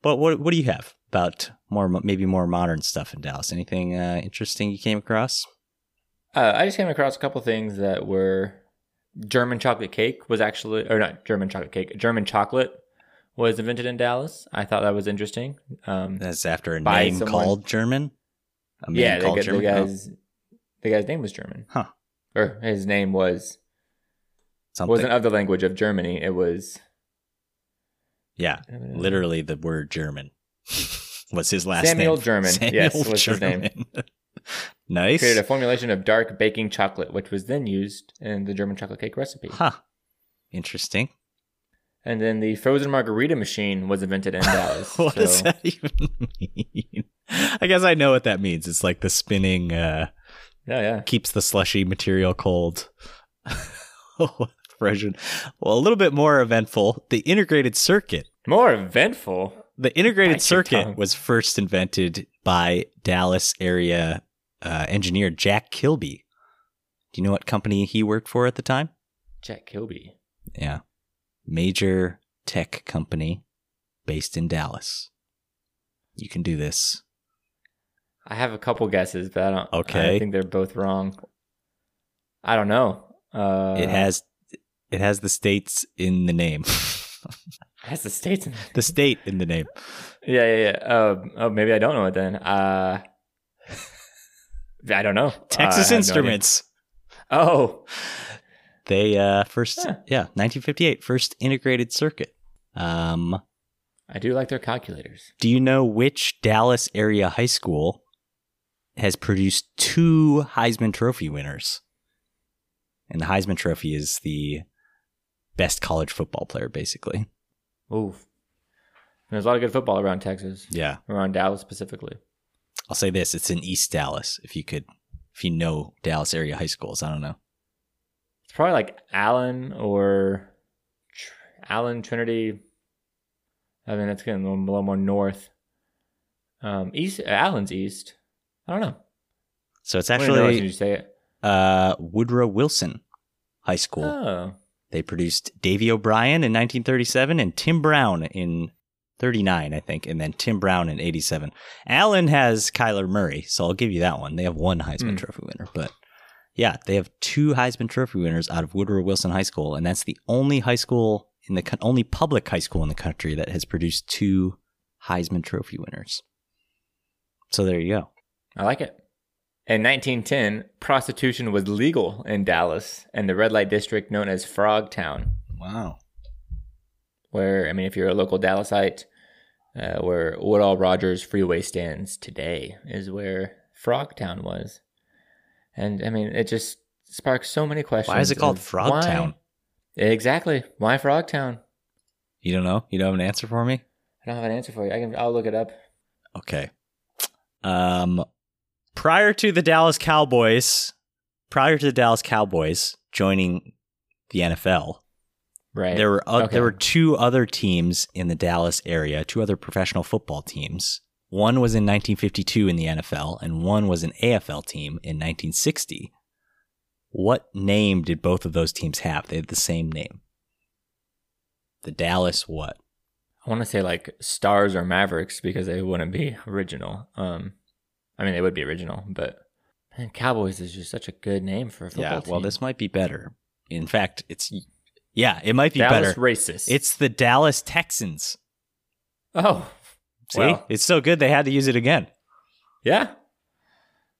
[SPEAKER 2] but what what do you have about more maybe more modern stuff in Dallas? Anything uh, interesting you came across?
[SPEAKER 1] Uh, I just came across a couple things that were German chocolate cake was actually, or not German chocolate cake, German chocolate was invented in Dallas. I thought that was interesting. Um,
[SPEAKER 2] That's after a
[SPEAKER 1] By
[SPEAKER 2] name
[SPEAKER 1] someone-
[SPEAKER 2] called German. A man
[SPEAKER 1] yeah, the,
[SPEAKER 2] called
[SPEAKER 1] gu- the
[SPEAKER 2] German? Oh,
[SPEAKER 1] guy's the guy's name was German,
[SPEAKER 2] Huh.
[SPEAKER 1] Or his name was
[SPEAKER 2] something.
[SPEAKER 1] wasn't of the language of Germany. It was
[SPEAKER 2] yeah, literally the word German was his last
[SPEAKER 1] Samuel
[SPEAKER 2] name.
[SPEAKER 1] German. Yes, was his name.
[SPEAKER 2] name. nice.
[SPEAKER 1] created a formulation of dark baking chocolate, which was then used in the German chocolate cake recipe.
[SPEAKER 2] Huh. Interesting.
[SPEAKER 1] And then the frozen margarita machine was invented in Dallas.
[SPEAKER 2] What does
[SPEAKER 1] So-
[SPEAKER 2] that even mean? I guess I know what that means. It's like the spinning uh,
[SPEAKER 1] Yeah, yeah.
[SPEAKER 2] keeps the slushy material cold. Frozen. Well, a little bit more eventful. The integrated circuit
[SPEAKER 1] More eventful.
[SPEAKER 2] the integrated
[SPEAKER 1] Bite your tongue.
[SPEAKER 2] circuit was first invented by Dallas area uh, engineer Jack Kilby. Do you know what company he worked for at the time?
[SPEAKER 1] Jack Kilby.
[SPEAKER 2] Yeah. Major tech company based in Dallas. You can do this.
[SPEAKER 1] I have a couple guesses, but I don't. I
[SPEAKER 2] Okay.
[SPEAKER 1] think they're both wrong. I don't know. Uh,
[SPEAKER 2] it has it has the states in the name.
[SPEAKER 1] it has the states. In
[SPEAKER 2] the state in the name.
[SPEAKER 1] yeah, yeah, yeah. Uh, oh, maybe I don't know it then. Uh, I don't know. Uh, I have
[SPEAKER 2] Texas
[SPEAKER 1] no idea.
[SPEAKER 2] Instruments.
[SPEAKER 1] oh,
[SPEAKER 2] they uh first
[SPEAKER 1] Huh.
[SPEAKER 2] yeah, 1958 first integrated circuit. Um
[SPEAKER 1] I do like their calculators.
[SPEAKER 2] Do you know which Dallas area high school has produced two Heisman Trophy winners? And the Heisman Trophy is the best college football player, basically.
[SPEAKER 1] Oof. There's a lot of good football around Texas,
[SPEAKER 2] Yeah.
[SPEAKER 1] around Dallas specifically.
[SPEAKER 2] I'll say this it's in East Dallas, if you could, if you know Dallas area high schools. I don't know.
[SPEAKER 1] It's probably like Allen or Tr- Allen Trinity. I mean, that's getting a little, a little more north. Um, east Allen's east. I don't know.
[SPEAKER 2] So it's
[SPEAKER 1] I wouldn't know if you
[SPEAKER 2] actually
[SPEAKER 1] say it.
[SPEAKER 2] uh, Woodrow Wilson High School.
[SPEAKER 1] Oh,
[SPEAKER 2] They produced Davy O'Brien in 1937 and Tim Brown in 39, I think, and then Tim Brown in 87. Allen has Kyler Murray, so I'll give you that one. They have one Heisman
[SPEAKER 1] Hmm.
[SPEAKER 2] Trophy winner, but yeah, they have two Heisman Trophy winners out of Woodrow Wilson High School, and that's the only high school in the co- only public high school in the country that has produced two Heisman Trophy winners. So there you go.
[SPEAKER 1] I like it. In 1910, prostitution was legal in Dallas and the red light district known as Frog Town.
[SPEAKER 2] Wow.
[SPEAKER 1] where I mean, if you're a local Dallasite, uh, where Woodall Rogers Freeway stands today is where Frogtown was, and I mean, it just sparks so many questions.
[SPEAKER 2] Why is it called
[SPEAKER 1] of
[SPEAKER 2] Frog
[SPEAKER 1] why-
[SPEAKER 2] Town?
[SPEAKER 1] Exactly. Why Frogtown?
[SPEAKER 2] You don't know? You don't have an answer for me?
[SPEAKER 1] I don't have an answer for you. I can. I'll look it up.
[SPEAKER 2] Okay. Um, prior to the Dallas Cowboys, prior to the Dallas Cowboys joining the NFL,
[SPEAKER 1] Right.
[SPEAKER 2] there were oth-
[SPEAKER 1] Okay.
[SPEAKER 2] there were two other teams in the Dallas area, two other professional football teams. One was in 1952 in the NFL, and one was an AFL team in 1960. What name did both of those teams have? They had the same name. The Dallas what?
[SPEAKER 1] I want to say like Stars or Mavericks because they wouldn't be original. Um, I mean, they would be original, but man, Cowboys is just such a good name for a football
[SPEAKER 2] Yeah,
[SPEAKER 1] team.
[SPEAKER 2] well, this might be better. In fact, it's yeah, it might be
[SPEAKER 1] Dallas
[SPEAKER 2] better.
[SPEAKER 1] racist.
[SPEAKER 2] It's the Dallas Texans.
[SPEAKER 1] oh.
[SPEAKER 2] See,
[SPEAKER 1] Wow.
[SPEAKER 2] it's so good they had to use it again.
[SPEAKER 1] Yeah.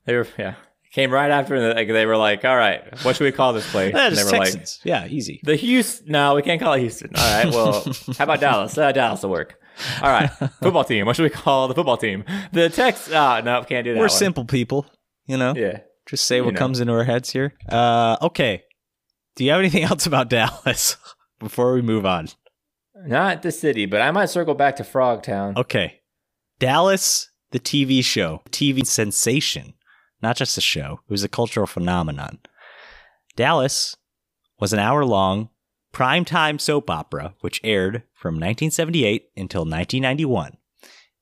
[SPEAKER 1] They were yeah. Came right after the, like they were like, all right, what should we call this place?
[SPEAKER 2] Yeah,
[SPEAKER 1] and they
[SPEAKER 2] just
[SPEAKER 1] were like,
[SPEAKER 2] Texans. yeah, easy.
[SPEAKER 1] the Houston. No, we can't call it Houston. All right, well, how about Dallas? Uh, Dallas will work. All right, football team. What should we call the football team? The Tex. Ah, no, can't do that.
[SPEAKER 2] We're
[SPEAKER 1] one.
[SPEAKER 2] simple people, you know.
[SPEAKER 1] Yeah.
[SPEAKER 2] Just say
[SPEAKER 1] You
[SPEAKER 2] what
[SPEAKER 1] know.
[SPEAKER 2] comes into our heads here. Uh, okay. Do you have anything else about Dallas before we move on?
[SPEAKER 1] Not the city, but I might circle back to Frog Town.
[SPEAKER 2] Okay. Dallas, the TV show, TV sensation, not just a show, it was a cultural phenomenon. Dallas was an hour long primetime soap opera, which aired from 1978 until 1991.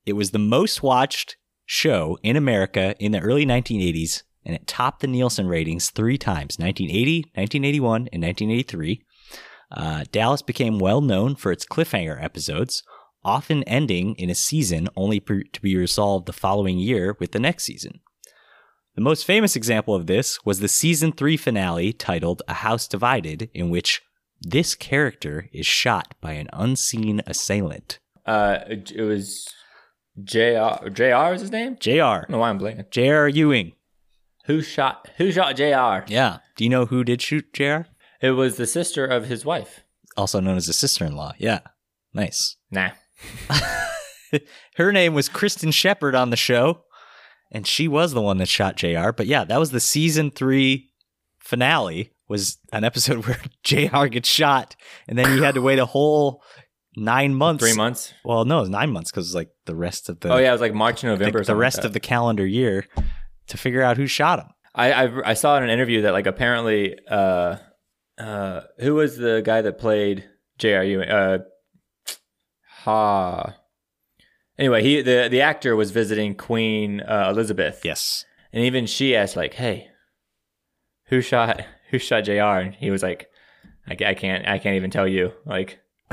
[SPEAKER 2] It was the most watched show in America in the early 1980s, and it topped the Nielsen ratings three times 1980, 1981, and 1983. Uh, Dallas became well known for its cliffhanger episodes, often ending in a season only per- to be resolved the following year with the next season. The most famous example of this was the season 3 finale titled A House Divided, in which this character is shot by an unseen assailant.
[SPEAKER 1] Uh, it it was Jr. Jr. is his name. I
[SPEAKER 2] JR.
[SPEAKER 1] don't know why I'm blanking.
[SPEAKER 2] JR Ewing.
[SPEAKER 1] Who shot? Who shot Jr.
[SPEAKER 2] Yeah. Do you know who did shoot JR?
[SPEAKER 1] It was the sister of his wife.
[SPEAKER 2] Also known as a sister in law. Yeah. Nice.
[SPEAKER 1] Nah.
[SPEAKER 2] Her name was Kristen Shepard on the show, and she was the one that shot JR. But yeah, that was the season three finale was an episode where JR gets shot, and then he had to wait a whole nine months.
[SPEAKER 1] Three months.
[SPEAKER 2] Well, no, it was nine months because like the rest of the
[SPEAKER 1] oh yeah, it was like March and
[SPEAKER 2] the-
[SPEAKER 1] November. or
[SPEAKER 2] the,
[SPEAKER 1] something like
[SPEAKER 2] rest
[SPEAKER 1] that.
[SPEAKER 2] of the calendar year to figure out who shot him.
[SPEAKER 1] I, I I saw in an interview that like apparently uh uh who was the guy that played J.R. Ewing uh ha Anyway, he the, the actor was visiting Queen uh, Elizabeth.
[SPEAKER 2] Yes.
[SPEAKER 1] And even she asked, like, "Hey, who shot who shot Jr.?" And he was like, "I, ca- I can't I can't even tell you." Like,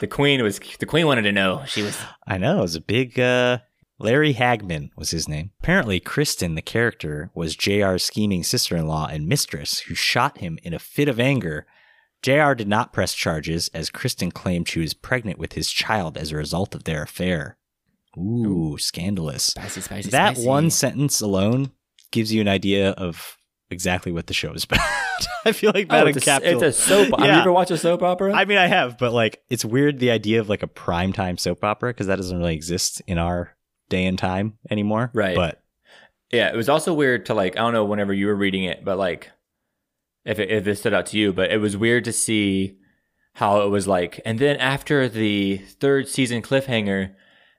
[SPEAKER 1] the Queen was the Queen wanted to know. She was
[SPEAKER 2] I know. It was a big uh Larry Hagman was his name. Apparently, Kristen, the character, was JR's scheming sister in law and mistress who shot him in a fit of anger. JR did not press charges as Kristen claimed she was pregnant with his child as a result of their affair. Ooh, scandalous.
[SPEAKER 1] spicy, spicy.
[SPEAKER 2] that
[SPEAKER 1] spicy. Oh,
[SPEAKER 2] one sentence alone gives you an idea of exactly what the show is about. I feel like
[SPEAKER 1] Oh,
[SPEAKER 2] that
[SPEAKER 1] it's, a,
[SPEAKER 2] encapsulates.
[SPEAKER 1] it's a soap. Have you
[SPEAKER 2] Yeah.
[SPEAKER 1] ever watched a soap opera?
[SPEAKER 2] I mean, I have, but like, it's weird the idea of like a primetime soap opera because that doesn't really exist in our day and time anymore.
[SPEAKER 1] Right.
[SPEAKER 2] But
[SPEAKER 1] Yeah, it was also weird to like I don't know whenever you were reading it, but like if it, if this stood out to you, but it was weird to see how it was like. And then after the third season cliffhanger,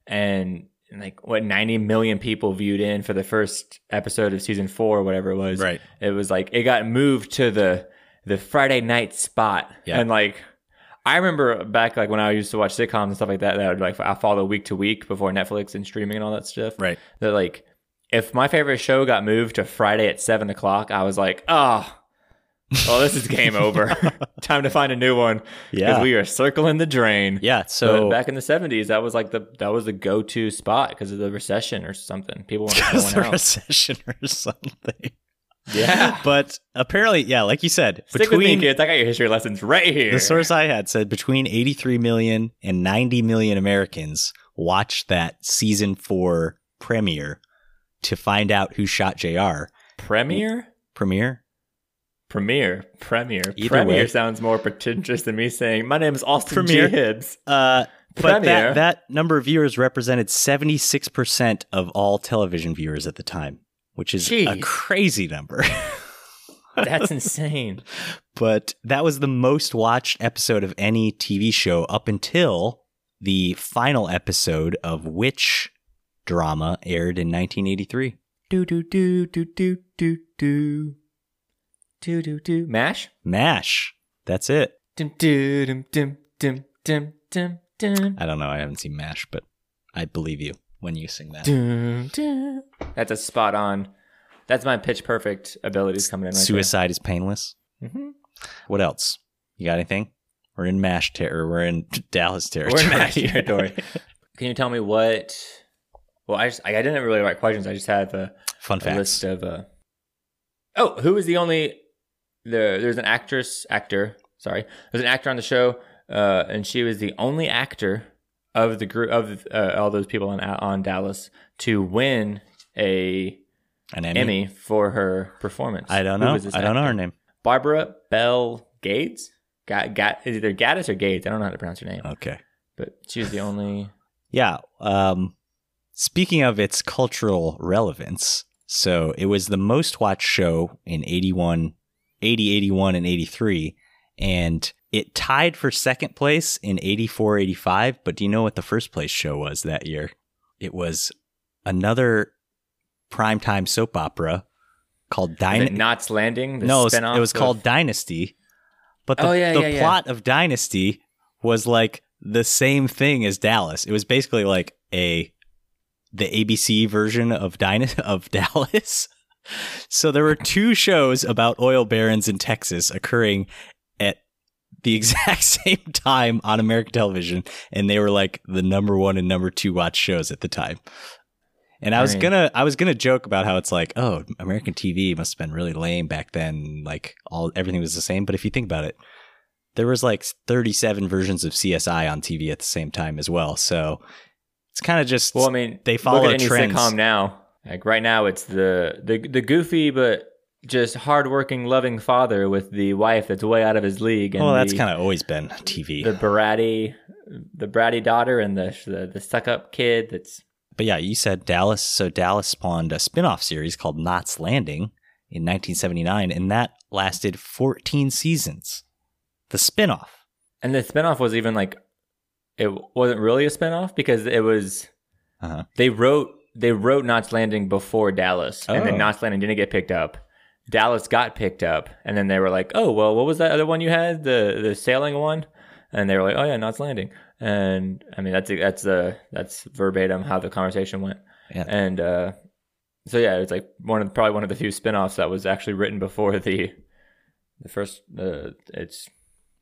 [SPEAKER 1] and like what ninety million people viewed in for the first episode of season four, or whatever it was,
[SPEAKER 2] right.
[SPEAKER 1] it was like it got moved to the the Friday night spot,
[SPEAKER 2] Yeah.
[SPEAKER 1] and like I remember back like when I used to watch sitcoms and stuff like that. That I would like I follow week to week before Netflix and streaming and all that stuff.
[SPEAKER 2] Right.
[SPEAKER 1] That like if my favorite show got moved to Friday at seven o'clock, I was like, oh, well, this is game over. Time to find a new one because
[SPEAKER 2] Yeah.
[SPEAKER 1] we are circling the drain.
[SPEAKER 2] yeah.
[SPEAKER 1] So
[SPEAKER 2] So
[SPEAKER 1] back in the seventies, that was like the that was the go to spot because of the recession or something. People were
[SPEAKER 2] because
[SPEAKER 1] going
[SPEAKER 2] the
[SPEAKER 1] out.
[SPEAKER 2] recession or something.
[SPEAKER 1] Yeah.
[SPEAKER 2] But apparently, yeah, like you said,
[SPEAKER 1] Stick with me,
[SPEAKER 2] between
[SPEAKER 1] kids. I got your history lessons right here.
[SPEAKER 2] the source I had said between 83 million and 90 million Americans watched that season four premiere to find out who shot JR.
[SPEAKER 1] Premiere?
[SPEAKER 2] Premiere?
[SPEAKER 1] Premiere. Premiere.
[SPEAKER 2] Either
[SPEAKER 1] Premiere
[SPEAKER 2] way.
[SPEAKER 1] sounds more pretentious than me saying, my name is Austin
[SPEAKER 2] Premiere.
[SPEAKER 1] G. Hibbs.
[SPEAKER 2] Uh, but
[SPEAKER 1] Premiere.
[SPEAKER 2] that, that number of viewers represented 76% of all television viewers at the time, which is a
[SPEAKER 1] Jeez.
[SPEAKER 2] crazy number.
[SPEAKER 1] That's insane.
[SPEAKER 2] but that was the most watched episode of any TV show up until the final episode of which drama aired in 1983.
[SPEAKER 1] Do do do do do do do do do do mash.
[SPEAKER 2] MASH. That's it.
[SPEAKER 1] Dim do dim dim dim dim dim dim
[SPEAKER 2] I don't know. I haven't seen MASH, but I believe you when you sing that.
[SPEAKER 1] dim dim. That's a spot on. That's my pitch perfect abilities coming in. Right
[SPEAKER 2] Suicide is painless.
[SPEAKER 1] There. Mhm.
[SPEAKER 2] What else? You got anything? We're in MASH terror. We're in Dallas territory.
[SPEAKER 1] We're in MASH territory. Can you tell me what? Well, I just I didn't really write questions. I just had the
[SPEAKER 2] Fun
[SPEAKER 1] a
[SPEAKER 2] facts.
[SPEAKER 1] list of uh oh who is the only the there's an actress actor sorry there's an actor on the show uh and she was the only actor of the group of uh, all those people on on Dallas to win a
[SPEAKER 2] An
[SPEAKER 1] Emmy,
[SPEAKER 2] Emmy.
[SPEAKER 1] for her performance
[SPEAKER 2] I don't
[SPEAKER 1] Who
[SPEAKER 2] know.
[SPEAKER 1] was this
[SPEAKER 2] I don't know her
[SPEAKER 1] actor?
[SPEAKER 2] name.
[SPEAKER 1] Barbara Bell Gates Gat, Gat, is either Gaddis or Gates I don't know how to pronounce her name
[SPEAKER 2] Okay.
[SPEAKER 1] but she was the only
[SPEAKER 2] Yeah. Um, speaking of its cultural relevance, so it was the most watched show in 81, 80, 81, and 83. And it tied for second place in 84, 85. But do you know what the first place show was that year? It was another primetime soap opera called
[SPEAKER 1] I
[SPEAKER 2] Dynasty.
[SPEAKER 1] Knots Landing the
[SPEAKER 2] no, it
[SPEAKER 1] spinoff
[SPEAKER 2] was, it was
[SPEAKER 1] of-
[SPEAKER 2] called Dynasty. But the,
[SPEAKER 1] Oh, yeah,
[SPEAKER 2] the
[SPEAKER 1] yeah, yeah.
[SPEAKER 2] plot of Dynasty was like the same thing as Dallas. It was basically like a the ABC version of Dyn- of Dallas. So there were two shows about oil barons in Texas occurring at the exact same time on American television, and they were like the number one and number two watch shows at the time. And I was
[SPEAKER 1] Right.
[SPEAKER 2] gonna, I was gonna joke about how it's like, oh, American TV must have been really lame back then. Like all everything was the same. But if you think about it, there was like 37 versions of CSI on TV at the same time as well. So it's kind of just
[SPEAKER 1] Well, I mean,
[SPEAKER 2] They follow
[SPEAKER 1] look at any
[SPEAKER 2] trends.
[SPEAKER 1] sitcom now. Like right now, it's the the the goofy but just hardworking, loving father with the wife that's way out of his league. And
[SPEAKER 2] well, Oh, that's
[SPEAKER 1] the-
[SPEAKER 2] kind of always been TV.
[SPEAKER 1] the bratty, the bratty daughter and the the, the suck up kid. That's
[SPEAKER 2] but yeah, you said Dallas. So Dallas spawned a spin-off series called Knots Landing in 1979, and that lasted 14 seasons. The spin-off.
[SPEAKER 1] and the spinoff was even like it wasn't really a spinoff because it was
[SPEAKER 2] Uh-huh.
[SPEAKER 1] they wrote they wrote Knots Landing before Dallas, and
[SPEAKER 2] Oh.
[SPEAKER 1] then Knots Landing didn't get picked up. Dallas got picked up, and then they were like, "Oh well, what was that other one you had? The the sailing one?" and they were like, "Oh yeah, Knots Landing," and I mean that's that's uh, that's verbatim how the conversation went,
[SPEAKER 2] Yeah.
[SPEAKER 1] and uh, so yeah, it's like one of probably one of the few spin-offs that was actually written before the the first uh, its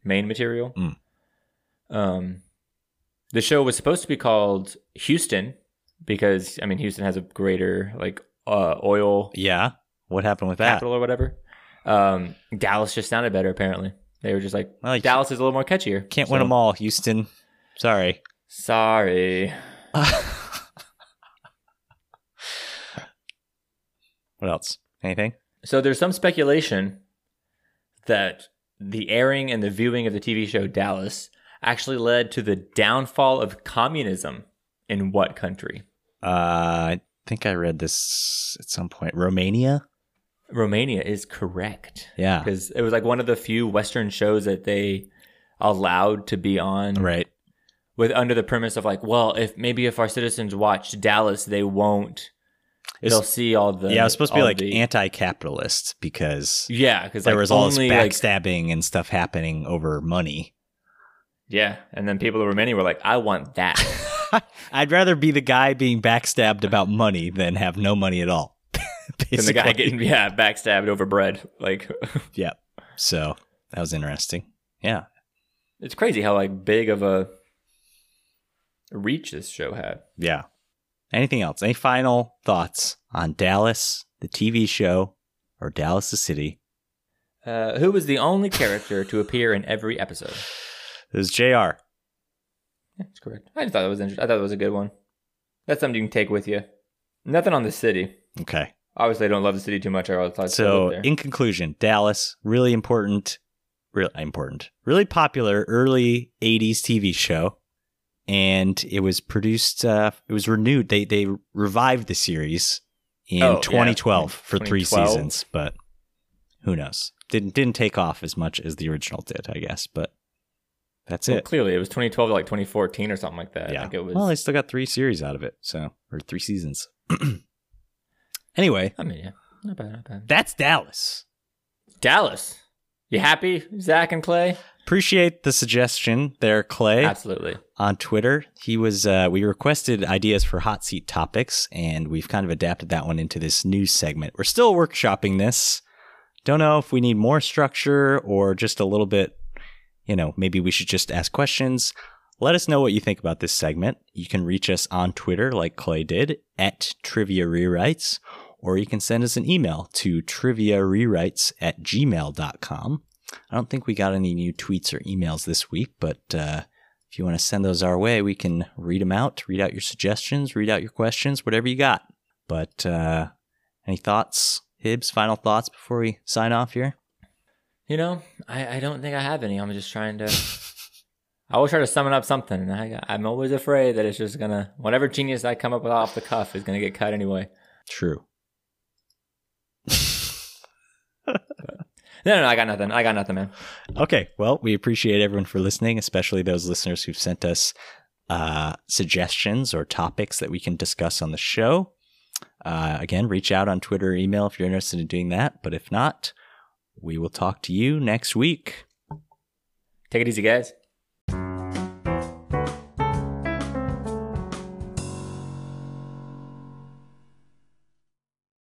[SPEAKER 1] main material.
[SPEAKER 2] Mm.
[SPEAKER 1] Um, the show was supposed to be called Houston because I mean Houston has a greater like uh, oil
[SPEAKER 2] Yeah. What happened with that?
[SPEAKER 1] capital or whatever. Um, Dallas just sounded better apparently. They were just like
[SPEAKER 2] Well, you
[SPEAKER 1] Dallas is a little more catchier.
[SPEAKER 2] Can't win
[SPEAKER 1] so-
[SPEAKER 2] them all, Houston. Sorry.
[SPEAKER 1] Sorry.
[SPEAKER 2] what else? Anything?
[SPEAKER 1] So there's some speculation that the airing and the viewing of the TV show Dallas actually led to the downfall of communism in what country?
[SPEAKER 2] Uh, I think I read this at some point. Romania?
[SPEAKER 1] Romania is correct
[SPEAKER 2] Yeah.
[SPEAKER 1] because it was like one of the few Western shows that they allowed to be on
[SPEAKER 2] Right.
[SPEAKER 1] with under the premise of like, well, if maybe if our citizens watch Dallas, they won't.
[SPEAKER 2] It's-
[SPEAKER 1] they'll see all the
[SPEAKER 2] yeah, it was supposed to be
[SPEAKER 1] all
[SPEAKER 2] like
[SPEAKER 1] the-
[SPEAKER 2] anti-capitalist because
[SPEAKER 1] yeah, because
[SPEAKER 2] there
[SPEAKER 1] like
[SPEAKER 2] was all this
[SPEAKER 1] only like
[SPEAKER 2] backstabbing and stuff happening over money.
[SPEAKER 1] yeah, and then people in Romania were like, I want that.
[SPEAKER 2] I'd rather be the guy being backstabbed about money than have no money at all.
[SPEAKER 1] than the guy
[SPEAKER 2] Basically.
[SPEAKER 1] getting yeah backstabbed over bread. Like
[SPEAKER 2] so that was interesting. Yeah,
[SPEAKER 1] it's crazy how like big of a reach this show had.
[SPEAKER 2] yeah. Anything else? Any final thoughts on Dallas, the TV show, or Dallas the city?
[SPEAKER 1] Uh, who was the only character to appear in every episode?
[SPEAKER 2] It was Jr.
[SPEAKER 1] Yeah, that's correct. I just thought that was interesting. I thought it was a good one. That's something you can take with you. Nothing on the city.
[SPEAKER 2] Okay.
[SPEAKER 1] Obviously, I don't love the city too much. I always thought
[SPEAKER 2] So,
[SPEAKER 1] there.
[SPEAKER 2] in conclusion, Dallas, really important, really important, really popular early 80s TV show. And it was produced, uh, it was renewed. They, they revived the series in
[SPEAKER 1] Oh, yeah.
[SPEAKER 2] 2012 for three
[SPEAKER 1] 2012.
[SPEAKER 2] seasons, but who knows? Didn't, didn't take off as much as the original did, I guess, but that's
[SPEAKER 1] Well,
[SPEAKER 2] it.
[SPEAKER 1] clearly, it was 2012 to like 2014 or something like that.
[SPEAKER 2] Yeah.
[SPEAKER 1] Like it was.
[SPEAKER 2] Well, they still got three series out of it. So, or three seasons. anyway,
[SPEAKER 1] I mean, yeah, not bad, not bad.
[SPEAKER 2] that's Dallas.
[SPEAKER 1] Dallas, you happy, Zach and Clay?
[SPEAKER 2] Appreciate the suggestion there, Clay.
[SPEAKER 1] Absolutely.
[SPEAKER 2] on Twitter. He was uh, we requested ideas for hot seat topics, and we've kind of adapted that one into this news segment. We're still workshopping this. Don't know if we need more structure or just a little bit. You know, maybe we should just ask questions. Let us know what you think about this segment. You can reach us on Twitter, like Clay did, at Trivia Rewrites, or you can send us an email to triviarewrites at gmail.com. I don't think we got any new tweets or emails this week, but uh, if you want to send those our way, we can read them out, read out your suggestions, read out your questions, whatever you got. But uh, any thoughts, Hibbs? Final thoughts before we sign off here?
[SPEAKER 1] You know, I, I don't think I have any. I'm just trying to. I always try to summon up something, and I, I'm always afraid that it's just gonna whatever genius I come up with off the cuff is gonna get cut anyway.
[SPEAKER 2] True.
[SPEAKER 1] No, no, no I got nothing. I got nothing, man.
[SPEAKER 2] Okay. Well, we appreciate everyone for listening, especially those listeners who've sent us uh, suggestions or topics that we can discuss on the show. Uh, again, reach out on Twitter or email if you're interested in doing that. But if not, we will talk to you next week.
[SPEAKER 1] Take it easy, guys.